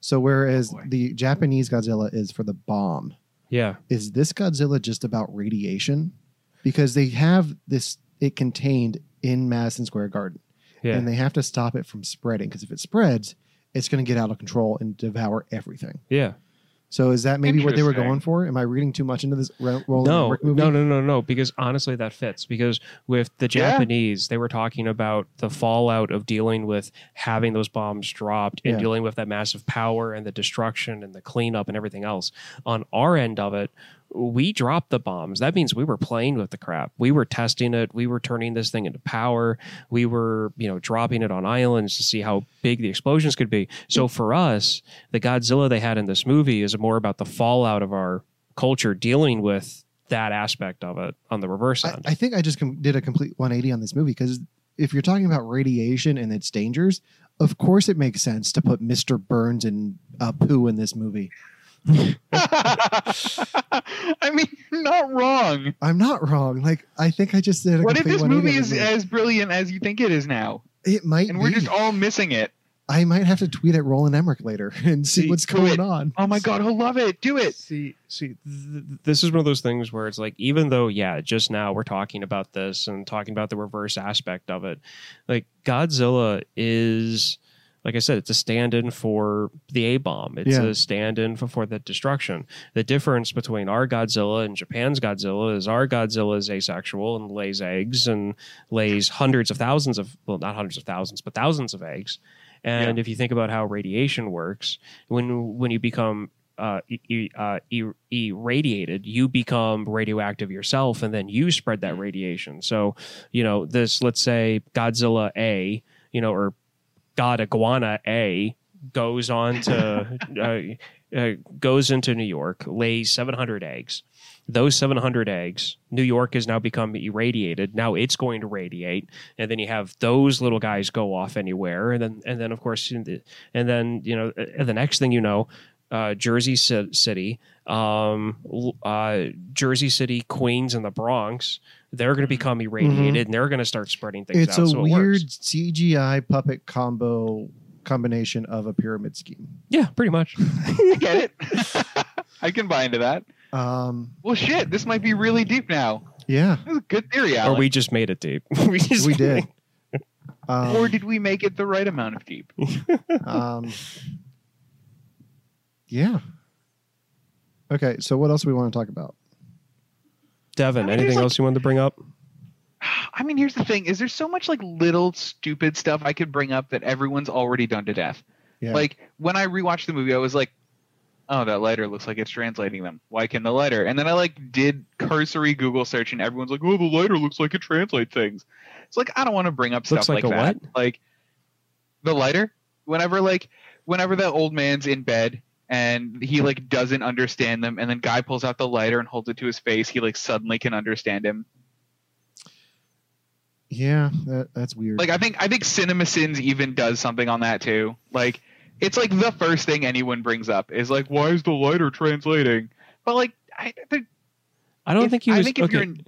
[SPEAKER 2] So whereas
[SPEAKER 4] Oh, boy.
[SPEAKER 2] the Japanese Godzilla is for the bomb,
[SPEAKER 3] yeah.
[SPEAKER 2] is this Godzilla just about radiation? Because they have this it contained in Madison Square Garden,
[SPEAKER 3] Yeah.
[SPEAKER 2] and they have to stop it from spreading because if it spreads, it's going to get out of control and devour everything.
[SPEAKER 3] yeah.
[SPEAKER 2] So is that maybe what they were
[SPEAKER 4] Interesting.
[SPEAKER 2] going for? Am I reading too much into this ro- Roland
[SPEAKER 3] No,
[SPEAKER 2] Emmerich movie?
[SPEAKER 3] no, no, no, no. Because honestly, that fits. Because with the
[SPEAKER 4] Yeah.
[SPEAKER 3] Japanese, they were talking about the fallout of dealing with having those bombs dropped and
[SPEAKER 2] Yeah.
[SPEAKER 3] dealing with that massive power and the destruction and the cleanup and everything else. On our end of it, we dropped the bombs. That means we were playing with the crap. We were testing it. We were turning this thing into power. We were, you know, dropping it on islands to see how big the explosions could be. So for us, the Godzilla they had in this movie is more about the fallout of our culture dealing with that aspect of it on the reverse
[SPEAKER 2] I,
[SPEAKER 3] end.
[SPEAKER 2] I think I just com- did a complete 180 on this movie because if you're talking about radiation and its dangers, of course it makes sense to put Mr. Burns and uh, Pooh in this movie. Oh.
[SPEAKER 4] I mean, you're not wrong.
[SPEAKER 2] I'm not wrong. Like I think I just did. A
[SPEAKER 4] What if
[SPEAKER 2] complete
[SPEAKER 4] this
[SPEAKER 2] 180
[SPEAKER 4] movie
[SPEAKER 2] on
[SPEAKER 4] is
[SPEAKER 2] movie.
[SPEAKER 4] as brilliant as you think it is now?
[SPEAKER 2] It might
[SPEAKER 4] And we're
[SPEAKER 2] be.
[SPEAKER 4] just all missing it.
[SPEAKER 2] I might have to tweet at Roland Emmerich later *laughs* and see
[SPEAKER 4] See,
[SPEAKER 2] what's
[SPEAKER 4] do
[SPEAKER 2] going
[SPEAKER 4] it.
[SPEAKER 2] on.
[SPEAKER 4] Oh my god, he'll love it. Do it.
[SPEAKER 3] See, see, th- this is one of those things where it's like, even though, yeah, just now we're talking about this and talking about the reverse aspect of it, like Godzilla is, like I said, it's a stand in for the A bomb, it's
[SPEAKER 2] Yeah.
[SPEAKER 3] a stand in for, for the destruction. The difference between our Godzilla and Japan's Godzilla is our Godzilla is asexual and lays eggs and lays hundreds of thousands of, well, not hundreds of thousands, but thousands of eggs. And if you think about how radiation works, when when you become uh, e- e- uh, e- irradiated, you become radioactive yourself, and then you spread that radiation. So, you know, this let's say Godzilla A, you know, or God Iguana A goes on to uh, uh, goes into New York, lays 700 eggs. Those 700 eggs, New York has now become irradiated. Now it's going to radiate, and then you have those little guys go off anywhere, and then and then of course, in the- and then you know uh, the next thing you know, uh, Jersey Ci- City, um, l- uh, Jersey City, Queens, and the Bronx, they're going to become
[SPEAKER 4] Mm-hmm.
[SPEAKER 3] irradiated, and they're going to start spreading things.
[SPEAKER 2] It's
[SPEAKER 3] out,
[SPEAKER 2] a
[SPEAKER 3] so it
[SPEAKER 2] weird
[SPEAKER 3] works.
[SPEAKER 2] CGI puppet combo combination of a pyramid scheme.
[SPEAKER 3] yeah, pretty much.
[SPEAKER 4] I get
[SPEAKER 2] *laughs*
[SPEAKER 4] it. I can buy into that.
[SPEAKER 2] Um,
[SPEAKER 4] Well, shit, this might be really deep now.
[SPEAKER 2] yeah,
[SPEAKER 4] This is a good theory,
[SPEAKER 3] or
[SPEAKER 4] Alan.
[SPEAKER 3] we just made it deep. *laughs* we just
[SPEAKER 4] *laughs*
[SPEAKER 2] we did. Um,
[SPEAKER 4] or did we make it the right amount of deep? *sighs*
[SPEAKER 2] um, yeah. Okay, so what else do we want to talk about?
[SPEAKER 4] I
[SPEAKER 3] Devin,
[SPEAKER 4] mean,
[SPEAKER 3] anything
[SPEAKER 4] there's, like-
[SPEAKER 3] else you wanted to bring up?
[SPEAKER 4] I mean, here's the thing: is there so much like little stupid stuff I could bring up that everyone's already done to death?
[SPEAKER 2] Yeah.
[SPEAKER 4] Like when I rewatched the movie, I was like, "Oh, that lighter looks like it's translating them. Why can the lighter?" And then I like did cursory Google search, and everyone's like, "Oh, the lighter looks like it translates things." It's like I don't want to bring up
[SPEAKER 3] Looks
[SPEAKER 4] stuff
[SPEAKER 3] like
[SPEAKER 4] like,
[SPEAKER 3] a
[SPEAKER 4] that. Like the lighter. Whenever like whenever that old man's in bed and he like doesn't understand them, and then guy pulls out the lighter and holds it to his face, he like suddenly can understand him.
[SPEAKER 2] yeah, that, that's weird.
[SPEAKER 4] Like I think I think CinemaSins even does something on that too. Like it's like the first thing anyone brings up is like, why is the lighter translating? But like, I, there-
[SPEAKER 3] I don't
[SPEAKER 4] if-
[SPEAKER 3] think he was.
[SPEAKER 4] I think if
[SPEAKER 3] okay.
[SPEAKER 4] you're in,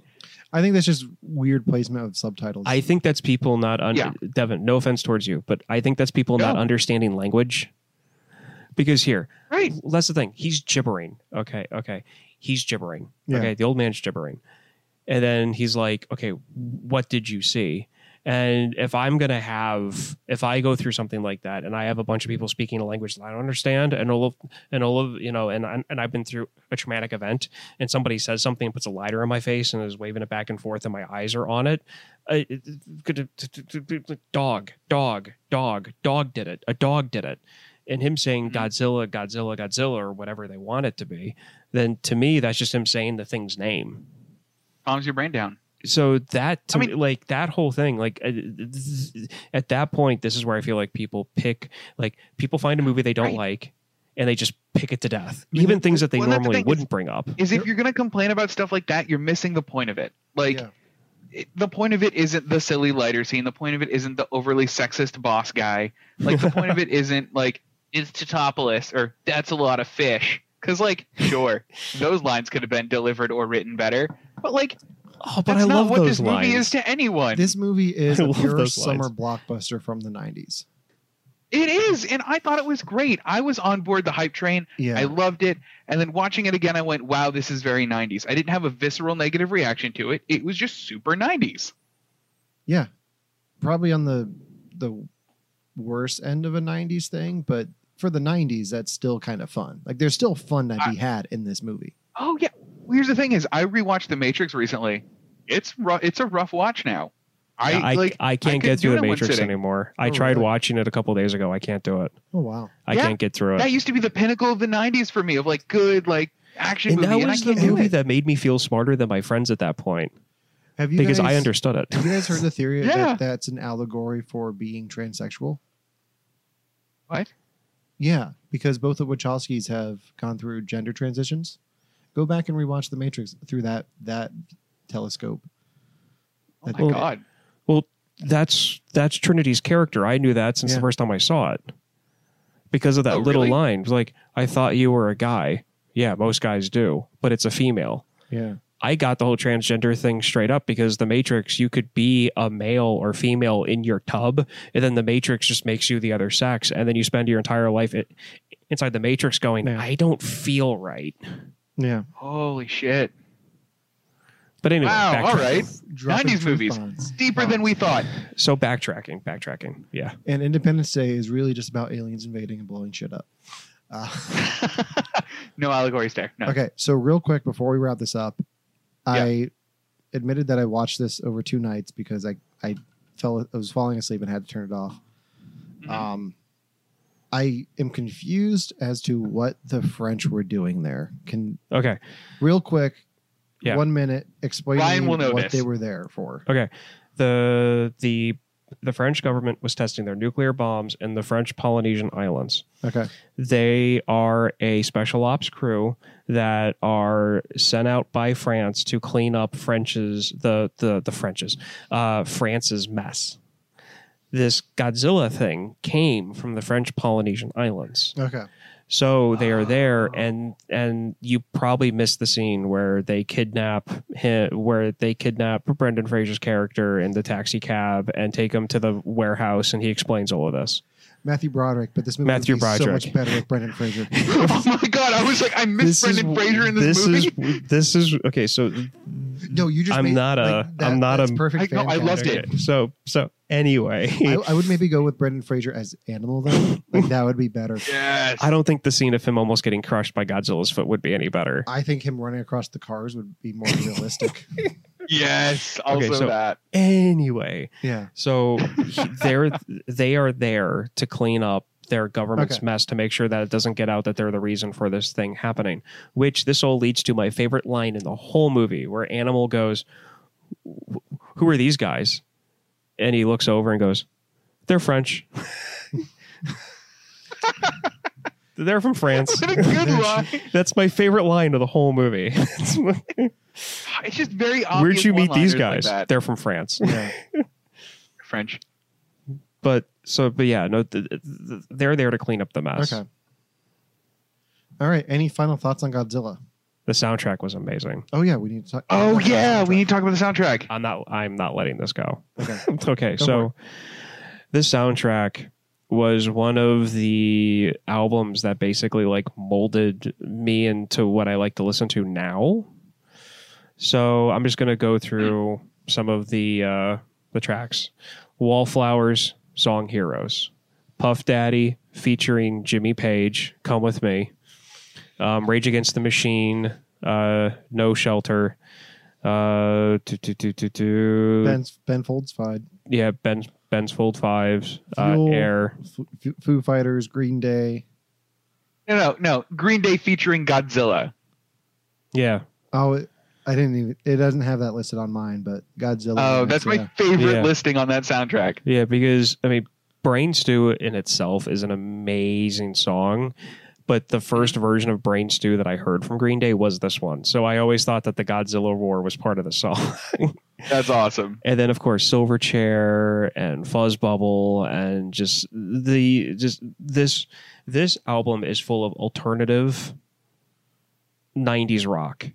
[SPEAKER 2] I think that's just weird placement of subtitles.
[SPEAKER 3] I think that's people not un-
[SPEAKER 4] Yeah.
[SPEAKER 3] Devin. No offense towards you, but I think that's people not
[SPEAKER 4] No.
[SPEAKER 3] understanding language. Because here,
[SPEAKER 4] right,
[SPEAKER 3] that's the thing. He's gibbering. Okay, okay, he's gibbering.
[SPEAKER 2] Yeah.
[SPEAKER 3] Okay, the old man's gibbering, and then he's like, "Okay, what did you see?" And if I'm gonna have, if I go through something like that, and I have a bunch of people speaking a language that I don't understand, and all of, and all of, you know, and I'm- and I've been through a traumatic event, and somebody says something and puts a lighter on my face and is waving it back and forth, and my eyes are on it, I- it- it- could- dog, dog, dog, dog did it. A dog did it. And him saying
[SPEAKER 4] Mhm.
[SPEAKER 3] Godzilla, Godzilla, Godzilla, or whatever they want it to be, then to me that's just him saying the thing's name
[SPEAKER 4] calms your brain down.
[SPEAKER 3] so that to
[SPEAKER 4] I
[SPEAKER 3] me,
[SPEAKER 4] mean-
[SPEAKER 3] like that whole thing like uh, th- at that point this is where i feel like people pick like people find a movie they don't
[SPEAKER 4] Right.
[SPEAKER 3] like and they just pick it to death
[SPEAKER 2] mean,
[SPEAKER 3] even
[SPEAKER 2] the-
[SPEAKER 3] things that they
[SPEAKER 4] well, that's the
[SPEAKER 3] normally
[SPEAKER 4] thing is-
[SPEAKER 3] wouldn't bring up
[SPEAKER 4] Is if you're gonna complain about stuff like that, you're missing the point of it. Like.
[SPEAKER 2] Yeah.
[SPEAKER 4] it- The point of it isn't the silly lighter scene. The point of it isn't the overly sexist boss guy. Like the point of
[SPEAKER 3] *laughs*
[SPEAKER 4] it isn't like it's Totopoulos or that's a lot of fish. Cause like
[SPEAKER 3] *laughs*
[SPEAKER 4] sure, those lines could have been delivered or written better. But like
[SPEAKER 3] oh but
[SPEAKER 4] That's
[SPEAKER 3] i
[SPEAKER 4] not
[SPEAKER 3] love
[SPEAKER 4] what
[SPEAKER 3] those
[SPEAKER 4] this
[SPEAKER 3] lines
[SPEAKER 4] movie is to anyone.
[SPEAKER 2] this
[SPEAKER 3] *laughs*
[SPEAKER 2] movie is
[SPEAKER 3] I
[SPEAKER 2] a
[SPEAKER 3] love
[SPEAKER 2] pure
[SPEAKER 3] those
[SPEAKER 2] summer
[SPEAKER 3] lines.
[SPEAKER 2] blockbuster from the '90s.
[SPEAKER 4] it is, and I thought it was great. I was on board the hype train.
[SPEAKER 2] Yeah,
[SPEAKER 4] I loved it. And then watching it again, I went, "Wow, this is very '90s." I didn't have a visceral negative reaction to it. It was just super '90s.
[SPEAKER 2] yeah, probably on the the worse end of a '90s thing, but for the '90s, that's still kind of fun. Like there's still fun to be had in this movie.
[SPEAKER 4] Oh yeah. Here's the thing: is I rewatched The Matrix recently. It's rough. It's a rough watch now. I,
[SPEAKER 3] Yeah, I,
[SPEAKER 4] like.
[SPEAKER 3] I can't
[SPEAKER 4] could
[SPEAKER 3] get
[SPEAKER 4] do
[SPEAKER 3] through
[SPEAKER 4] it
[SPEAKER 3] the
[SPEAKER 4] in one
[SPEAKER 3] matrix
[SPEAKER 4] sitting.
[SPEAKER 3] anymore i
[SPEAKER 2] Oh,
[SPEAKER 3] tried
[SPEAKER 2] really?
[SPEAKER 3] watching it a couple days ago i can't do it
[SPEAKER 2] Oh wow,
[SPEAKER 3] i
[SPEAKER 4] Yeah.
[SPEAKER 3] can't get through it
[SPEAKER 4] That used to be the pinnacle of the '90s for me, of like good like action
[SPEAKER 3] and that
[SPEAKER 4] movie, and I
[SPEAKER 3] was the
[SPEAKER 4] can't do
[SPEAKER 3] movie
[SPEAKER 4] it.
[SPEAKER 3] that made me feel smarter than my friends at that point
[SPEAKER 2] have you
[SPEAKER 3] because
[SPEAKER 2] guys,
[SPEAKER 3] i understood it *laughs*
[SPEAKER 2] Have *laughs* you guys heard the theory
[SPEAKER 4] Yeah.
[SPEAKER 2] that that's an allegory for being transsexual?
[SPEAKER 4] What?
[SPEAKER 2] Yeah, because both the Wachowskis have gone through gender transitions. Go back and rewatch The Matrix through that that telescope.
[SPEAKER 4] Oh my
[SPEAKER 3] Well,
[SPEAKER 4] god!
[SPEAKER 3] that's that's Trinity's character. I knew that since
[SPEAKER 2] Yeah.
[SPEAKER 3] the first time I saw it because of that
[SPEAKER 4] Oh,
[SPEAKER 3] little
[SPEAKER 4] really?
[SPEAKER 3] line. It was Like, I thought you were a guy. Yeah, most guys do, but it's a female.
[SPEAKER 2] Yeah,
[SPEAKER 3] I got the whole transgender thing straight up because the Matrix, you could be a male or female in your tub, and then the Matrix just makes you the other sex, and then you spend your entire life i inside the Matrix going,
[SPEAKER 2] Yeah.
[SPEAKER 3] I don't feel right.
[SPEAKER 2] yeah.
[SPEAKER 4] Holy shit!
[SPEAKER 3] But anyway,
[SPEAKER 4] Wow! All
[SPEAKER 3] backtrack-
[SPEAKER 4] right,
[SPEAKER 2] Dropping
[SPEAKER 4] 90s
[SPEAKER 2] truth
[SPEAKER 4] movies.
[SPEAKER 2] bombs.
[SPEAKER 4] deeper than we thought.
[SPEAKER 3] *laughs*
[SPEAKER 4] *laughs*
[SPEAKER 3] So backtracking, backtracking. Yeah.
[SPEAKER 2] And Independence Day is really just about aliens invading and blowing shit up. Uh, *laughs*
[SPEAKER 4] no allegories there. No.
[SPEAKER 2] Okay, so real quick before we wrap this up, I admitted that I watched this over two nights because I I fell I was falling asleep and had to turn it off.
[SPEAKER 4] Mhm.
[SPEAKER 2] Um, I am confused as to what the French were doing there. Can
[SPEAKER 3] Okay.
[SPEAKER 2] real quick,
[SPEAKER 3] Yeah.
[SPEAKER 2] one minute, explain to
[SPEAKER 4] Ryan
[SPEAKER 2] me
[SPEAKER 4] will know
[SPEAKER 2] what
[SPEAKER 4] this.
[SPEAKER 2] they were there for.
[SPEAKER 3] the the the French government was testing their nuclear bombs in the French Polynesian Islands.
[SPEAKER 2] Okay.
[SPEAKER 3] They are a special ops crew that are sent out by France to clean up French's the the the French's uh, France's mess. This Godzilla thing came from the French Polynesian Islands.
[SPEAKER 2] Okay.
[SPEAKER 3] So they are there,
[SPEAKER 4] Oh.
[SPEAKER 3] and and you probably missed the scene where they kidnap him, where they kidnap Brendan Fraser's character in the taxi cab and take him to the warehouse, and he explains all of this.
[SPEAKER 2] Matthew Broderick, but this movie
[SPEAKER 3] Matthew
[SPEAKER 2] would be so
[SPEAKER 3] Broderick.
[SPEAKER 2] much better with
[SPEAKER 4] *laughs*
[SPEAKER 2] Brendan Fraser.
[SPEAKER 4] oh my god! I was like, I missed Brendan Fraser in this, movie.
[SPEAKER 3] is this is okay. So
[SPEAKER 2] No, you just.
[SPEAKER 3] I'm
[SPEAKER 2] made-
[SPEAKER 3] not a-
[SPEAKER 2] like, that-
[SPEAKER 3] I'm not a-
[SPEAKER 2] that's perfect.
[SPEAKER 4] I- no, I
[SPEAKER 2] fan
[SPEAKER 4] loved
[SPEAKER 2] casting.
[SPEAKER 4] it.
[SPEAKER 3] so so anyway,
[SPEAKER 2] I, I would maybe go with Brendan Fraser as
[SPEAKER 4] *laughs*
[SPEAKER 2] animal though. Like that would be better.
[SPEAKER 4] Yes.
[SPEAKER 3] *laughs* I don't think the scene of him almost getting crushed by Godzilla's foot would be any better.
[SPEAKER 2] I think him running across the cars would be more
[SPEAKER 4] *laughs*
[SPEAKER 2] realistic.
[SPEAKER 4] Yes. Also
[SPEAKER 3] Okay, so-
[SPEAKER 4] that.
[SPEAKER 3] Anyway,
[SPEAKER 2] yeah.
[SPEAKER 3] So
[SPEAKER 4] *laughs*
[SPEAKER 3] he- they're they are there to clean up their government's
[SPEAKER 2] Okay.
[SPEAKER 3] mess to make sure that it doesn't get out that they're the reason for this thing happening. Which this all leads to my favorite line in the whole movie, where Animal goes, "Who are these guys?" And he looks over and goes, "They're French. *laughs* they're from France."
[SPEAKER 4] What a
[SPEAKER 3] *laughs*
[SPEAKER 4] good line.
[SPEAKER 3] That's my favorite line of the whole movie. *laughs*
[SPEAKER 4] It's just very obvious.
[SPEAKER 3] Where'd you meet these
[SPEAKER 4] one-liners
[SPEAKER 3] guys?
[SPEAKER 4] Like that.
[SPEAKER 3] they're from France.
[SPEAKER 2] Yeah.
[SPEAKER 4] French.
[SPEAKER 3] but so but yeah no th- th- th- they're there to clean up the mess
[SPEAKER 2] Okay. All right. Any final thoughts on Godzilla?
[SPEAKER 3] the soundtrack was amazing
[SPEAKER 2] Oh yeah, we need to talk.
[SPEAKER 4] Oh yeah, we need to talk about the soundtrack.
[SPEAKER 3] i'm not i'm not letting this go
[SPEAKER 4] *laughs*
[SPEAKER 2] Okay.
[SPEAKER 3] *laughs* okay
[SPEAKER 2] Go
[SPEAKER 3] so this soundtrack was one of the albums that basically like molded me into what i like to listen to now so i'm just going to go through some of the uh the tracks wallflowers song heroes puff daddy featuring jimmy page come with me um, rage against the machine uh no shelter uh do, do, do, do, do.
[SPEAKER 2] Ben's, ben Folds Fide,
[SPEAKER 3] Yeah, Ben's Ben's Fold Fives, uh,
[SPEAKER 2] Fuel.
[SPEAKER 3] Air.
[SPEAKER 2] Foo, Foo Fighters, Green Day.
[SPEAKER 4] No, no, no. Green Day featuring Godzilla.
[SPEAKER 3] Yeah,
[SPEAKER 2] Oh, it, I didn't even. It doesn't have that listed on mine, but Godzilla.
[SPEAKER 4] Oh,
[SPEAKER 2] is,
[SPEAKER 4] that's
[SPEAKER 2] yeah.
[SPEAKER 4] my favorite
[SPEAKER 3] Yeah.
[SPEAKER 4] listing on that soundtrack.
[SPEAKER 3] yeah. Because I mean, Brain Stew in itself is an amazing song, but the first version of Brain Stew that I heard from Green Day was this one. So I always thought that the Godzilla roar was part of the song. *laughs*
[SPEAKER 4] That's awesome.
[SPEAKER 3] and then of course Silverchair and Fuzz Bubble and just the just this this album is full of alternative 90s rock.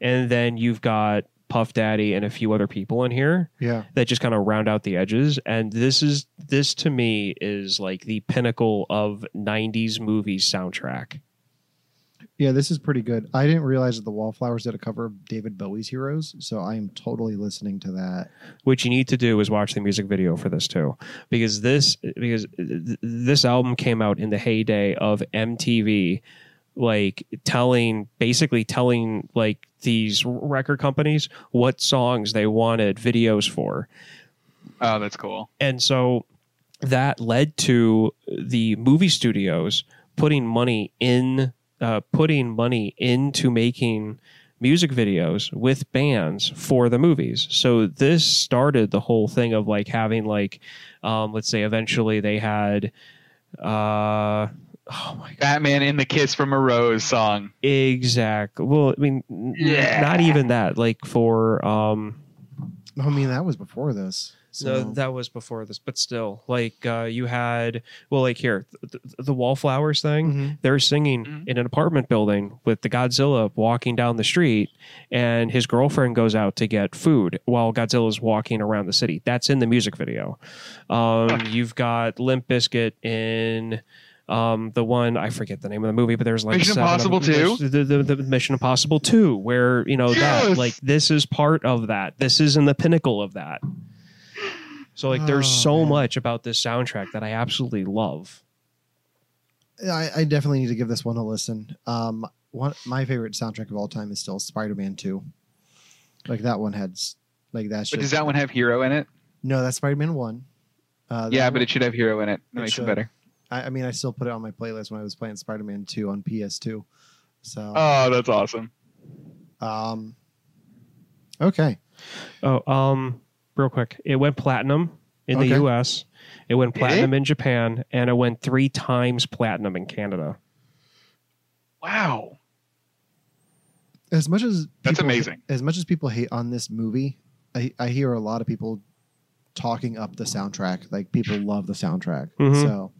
[SPEAKER 3] And then you've got Puff Daddy and a few other people in here
[SPEAKER 2] Yeah.
[SPEAKER 3] that just kind of round out the edges and this is this to me is like the pinnacle of 90s movie soundtrack.
[SPEAKER 2] Yeah, this is pretty good. I didn't realize that the Wallflowers did a cover of David Bowie's Heroes, so I am totally listening to that.
[SPEAKER 3] what you need to do is watch the music video for this too because this because th- this album came out in the heyday of MTV like telling basically telling like these record companies what songs they wanted videos for
[SPEAKER 4] Oh, that's cool.
[SPEAKER 3] and so that led to the movie studios putting money in uh, putting money into making music videos with bands for the movies so this started the whole thing of like having like um, let's say eventually they had uh, oh my god
[SPEAKER 4] Batman in the Kiss from a Rose song.
[SPEAKER 3] exact well i mean n-
[SPEAKER 4] Yeah.
[SPEAKER 3] not even that like for um
[SPEAKER 2] I mean, that was before this. So
[SPEAKER 3] No, that was before this, but still, like uh, you had, well, like here, the, the Wallflowers thing.
[SPEAKER 2] Mhm.
[SPEAKER 3] They're singing
[SPEAKER 4] Mhm.
[SPEAKER 3] in an apartment building with the Godzilla walking down the street, and his girlfriend goes out to get food while Godzilla's walking around the city. That's in the music video. Um, you've got Limp Bizkit in. Um, the one I forget the name of the movie, but there's like
[SPEAKER 4] Mission
[SPEAKER 3] seven of
[SPEAKER 4] Impossible
[SPEAKER 3] them.
[SPEAKER 4] 2?
[SPEAKER 3] There's The, the, the Mission Impossible Two, where you know that
[SPEAKER 4] Yes!
[SPEAKER 3] like this is part of that. This is in the pinnacle of that. So like there's
[SPEAKER 2] Oh,
[SPEAKER 3] so
[SPEAKER 2] man.
[SPEAKER 3] much about this soundtrack that I absolutely love.
[SPEAKER 2] Mm-hmm. I, I definitely need to give this one a listen. Um, one my favorite soundtrack of all time is still Spider Man Two. Like that one had, s- like that's.
[SPEAKER 4] But does
[SPEAKER 2] just-
[SPEAKER 4] that one have Hero in it?
[SPEAKER 2] No, that's Spider Man One. Uh, that
[SPEAKER 4] Yeah,
[SPEAKER 2] one-
[SPEAKER 4] but it should have Hero in it. That
[SPEAKER 2] It
[SPEAKER 4] makes
[SPEAKER 2] should.
[SPEAKER 4] it better.
[SPEAKER 2] I, I mean, I still put it on my playlist when I was playing Spider Man Two on PS Two. So,
[SPEAKER 4] Oh, that's Oh. awesome.
[SPEAKER 2] um, okay,
[SPEAKER 3] Oh, um, real quick. It went platinum in
[SPEAKER 2] Okay. Eh?
[SPEAKER 3] the U.S. It went
[SPEAKER 4] Did
[SPEAKER 3] platinum in Japan, and it went three times platinum in Canada.
[SPEAKER 4] Wow.
[SPEAKER 2] As much as
[SPEAKER 4] That's
[SPEAKER 2] people-
[SPEAKER 4] amazing.
[SPEAKER 2] As much as people hate on this movie, I, I hear a lot of people talking up the soundtrack. Like people love the soundtrack.
[SPEAKER 3] Mhm.
[SPEAKER 2] So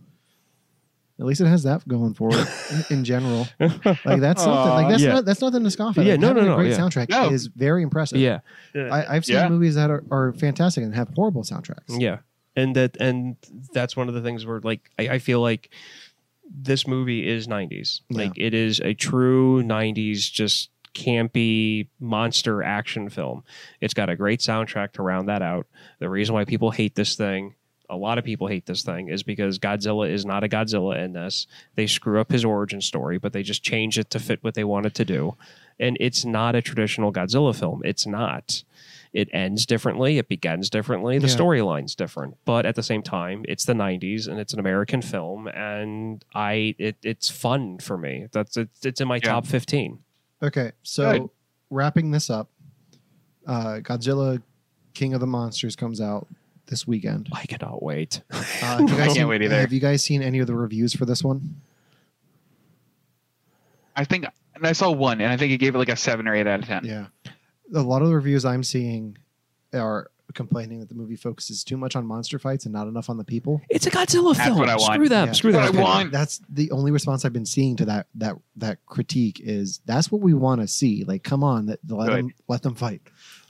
[SPEAKER 2] at least it has that going for it in, in general. Like that's
[SPEAKER 3] *laughs*
[SPEAKER 2] something. Like
[SPEAKER 4] Aw.
[SPEAKER 2] that's
[SPEAKER 3] Yeah.
[SPEAKER 2] not that's nothing to scoff at.
[SPEAKER 3] Yeah,
[SPEAKER 2] Like,
[SPEAKER 3] no, no,
[SPEAKER 2] having a
[SPEAKER 3] no,
[SPEAKER 2] Great
[SPEAKER 3] yeah.
[SPEAKER 2] soundtrack
[SPEAKER 4] No.
[SPEAKER 2] is very impressive.
[SPEAKER 3] Yeah,
[SPEAKER 2] I, I've seen
[SPEAKER 4] Yeah.
[SPEAKER 2] movies that are, are fantastic and have horrible soundtracks.
[SPEAKER 3] yeah, and that and that's one of the things where like I, I feel like this movie is '90s.
[SPEAKER 2] Yeah.
[SPEAKER 3] Like it is a true '90s, just campy monster action film. It's got a great soundtrack to round that out. The reason why people hate this thing, a lot of people hate this thing, is because Godzilla is not a Godzilla in this. They screw up his origin story, but they just change it to fit what they wanted to do. And it's not a traditional Godzilla film. It's not. It ends differently. It begins differently. The
[SPEAKER 2] Yeah.
[SPEAKER 3] storyline's different, but at the same time, it's the '90s and it's an American film, and I it, it's fun for me. That's it's, it's in my
[SPEAKER 4] Yeah.
[SPEAKER 3] top fifteen.
[SPEAKER 2] Okay, so
[SPEAKER 4] Good.
[SPEAKER 2] wrapping this up, uh, Godzilla, King of the Monsters comes out this weekend.
[SPEAKER 3] I cannot wait.
[SPEAKER 2] Uh, have you guys
[SPEAKER 4] *laughs* I can't
[SPEAKER 2] seen-
[SPEAKER 4] wait either.
[SPEAKER 2] Have you guys seen any of the reviews for this one?
[SPEAKER 4] I think and I saw one and I think it gave it like a seven or eight out of ten.
[SPEAKER 2] Yeah, a lot of the reviews I'm seeing are complaining that the movie focuses too much on monster fights and not enough on the people.
[SPEAKER 3] *laughs* It's a Godzilla
[SPEAKER 4] That's
[SPEAKER 3] film.
[SPEAKER 4] what I want.
[SPEAKER 3] Screw them.
[SPEAKER 2] Yeah.
[SPEAKER 3] Screw
[SPEAKER 4] That's
[SPEAKER 3] them.
[SPEAKER 4] what I want.
[SPEAKER 2] That's the only response I've been seeing to that that that critique is that's what we want to see. Like, come on, that let
[SPEAKER 4] Good.
[SPEAKER 2] them let them fight.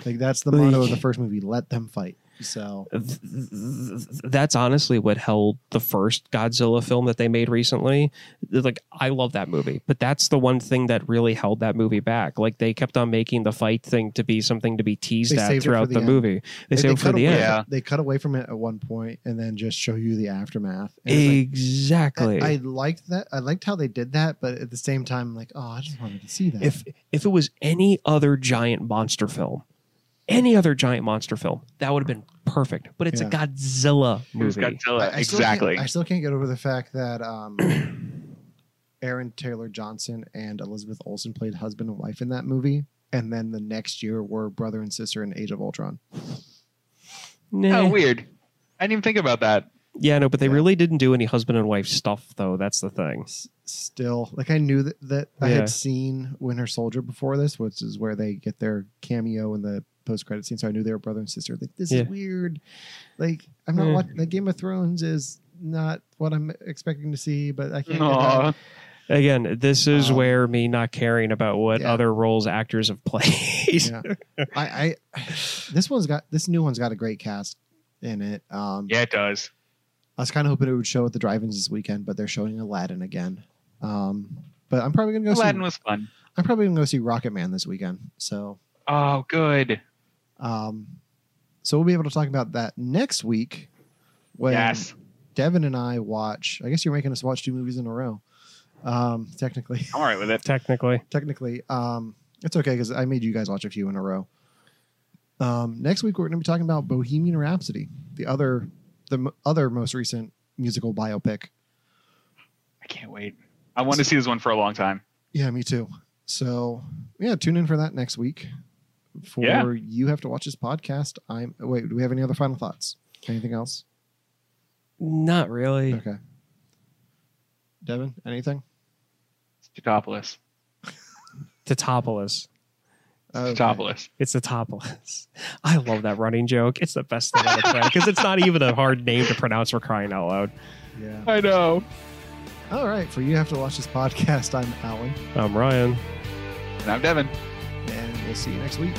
[SPEAKER 2] Like that's the
[SPEAKER 3] Like-
[SPEAKER 2] motto of the first movie. Let them fight. So
[SPEAKER 3] Th- th- th- That's honestly what held the first Godzilla film that they made recently. Like, I love that movie, but that's the one thing that really held that movie back. Like, they kept on making the fight thing to be something to be teased
[SPEAKER 2] They
[SPEAKER 3] at
[SPEAKER 2] saved it for
[SPEAKER 3] throughout
[SPEAKER 2] the
[SPEAKER 3] the,
[SPEAKER 2] end.
[SPEAKER 3] movie. They
[SPEAKER 2] Like,
[SPEAKER 3] saved it for
[SPEAKER 2] cut
[SPEAKER 3] the
[SPEAKER 2] away-
[SPEAKER 3] end.
[SPEAKER 4] Yeah.
[SPEAKER 2] They cut away from it at one point and then just show you the aftermath. And it's like,
[SPEAKER 3] Exactly.
[SPEAKER 2] I, I liked that. I liked how they did that, but at the same time, like, oh, I just wanted to see that.
[SPEAKER 3] if if it was any other giant monster film, any other giant monster film, that would have been perfect. But it's
[SPEAKER 2] Yeah.
[SPEAKER 3] a Godzilla
[SPEAKER 4] It was
[SPEAKER 3] movie.
[SPEAKER 4] Godzilla.
[SPEAKER 2] I- I still can't-
[SPEAKER 4] exactly.
[SPEAKER 2] I still can't get over the fact that um, Aaron Taylor Johnson and Elizabeth Olsen played husband and wife in that movie, and then the next year were brother and sister in Age of Ultron.
[SPEAKER 3] Nah.
[SPEAKER 4] Oh, weird. I didn't even think about that.
[SPEAKER 3] Yeah, no, but they
[SPEAKER 2] Yeah.
[SPEAKER 3] really didn't do any husband and wife stuff, though. That's the thing.
[SPEAKER 2] S- still, like, I knew that, that I
[SPEAKER 3] Yeah.
[SPEAKER 2] had seen Winter Soldier before this, which is where they get their cameo in the post credit scene. So I knew they were brother and sister. Like, this
[SPEAKER 3] Yeah.
[SPEAKER 2] is weird. Like, I'm not
[SPEAKER 3] Yeah.
[SPEAKER 2] watching. Like, Game of Thrones is not what I'm expecting to see, but I can't. get out.
[SPEAKER 4] Aw.
[SPEAKER 3] Again, this is
[SPEAKER 2] Um,
[SPEAKER 3] where me not caring about what
[SPEAKER 2] yeah.
[SPEAKER 3] other roles actors have *laughs* played.
[SPEAKER 2] Yeah. I, I *sighs* this one's got this new one's got a great cast in it. Um,
[SPEAKER 4] Yeah, it does.
[SPEAKER 2] I was kind of hoping it would show at the drive-ins this weekend, but they're showing Aladdin again. Um, but I'm probably gonna go.
[SPEAKER 4] Aladdin
[SPEAKER 2] see,
[SPEAKER 4] was fun.
[SPEAKER 2] I'm probably gonna go see Rocket Man this weekend. So,
[SPEAKER 4] Oh, good.
[SPEAKER 2] um, so we'll be able to talk about that next week when
[SPEAKER 4] yes.
[SPEAKER 2] Devin and I watch. I guess you're making us watch two movies in a row. Um, technically, *laughs*
[SPEAKER 4] I'm all right with it.
[SPEAKER 3] Technically,
[SPEAKER 2] technically, um, it's okay because I made you guys watch a few in a row. Um, next week we're going to be talking about Bohemian Rhapsody, the other, the m- other most recent musical biopic.
[SPEAKER 4] I can't wait. I want to see this one for a long time.
[SPEAKER 2] Yeah, me too. So yeah, tune in for that next week. For
[SPEAKER 4] Yeah.
[SPEAKER 2] you have to watch this podcast. I'm wait. Do we have any other final thoughts? Anything else?
[SPEAKER 3] not really.
[SPEAKER 2] Okay. Devin, anything?
[SPEAKER 4] Totopoulos.
[SPEAKER 3] Titopolis.
[SPEAKER 2] Okay.
[SPEAKER 4] Totopoulos.
[SPEAKER 3] It's Titopolis. *laughs* I love that running joke. It's the best thing on the planet because it's not even a hard name to pronounce for crying out loud.
[SPEAKER 2] Yeah.
[SPEAKER 4] I know.
[SPEAKER 2] All right. For you have to watch this podcast. I'm Alan,
[SPEAKER 3] I'm Ryan.
[SPEAKER 4] And I'm Devin.
[SPEAKER 2] and we'll see you next week.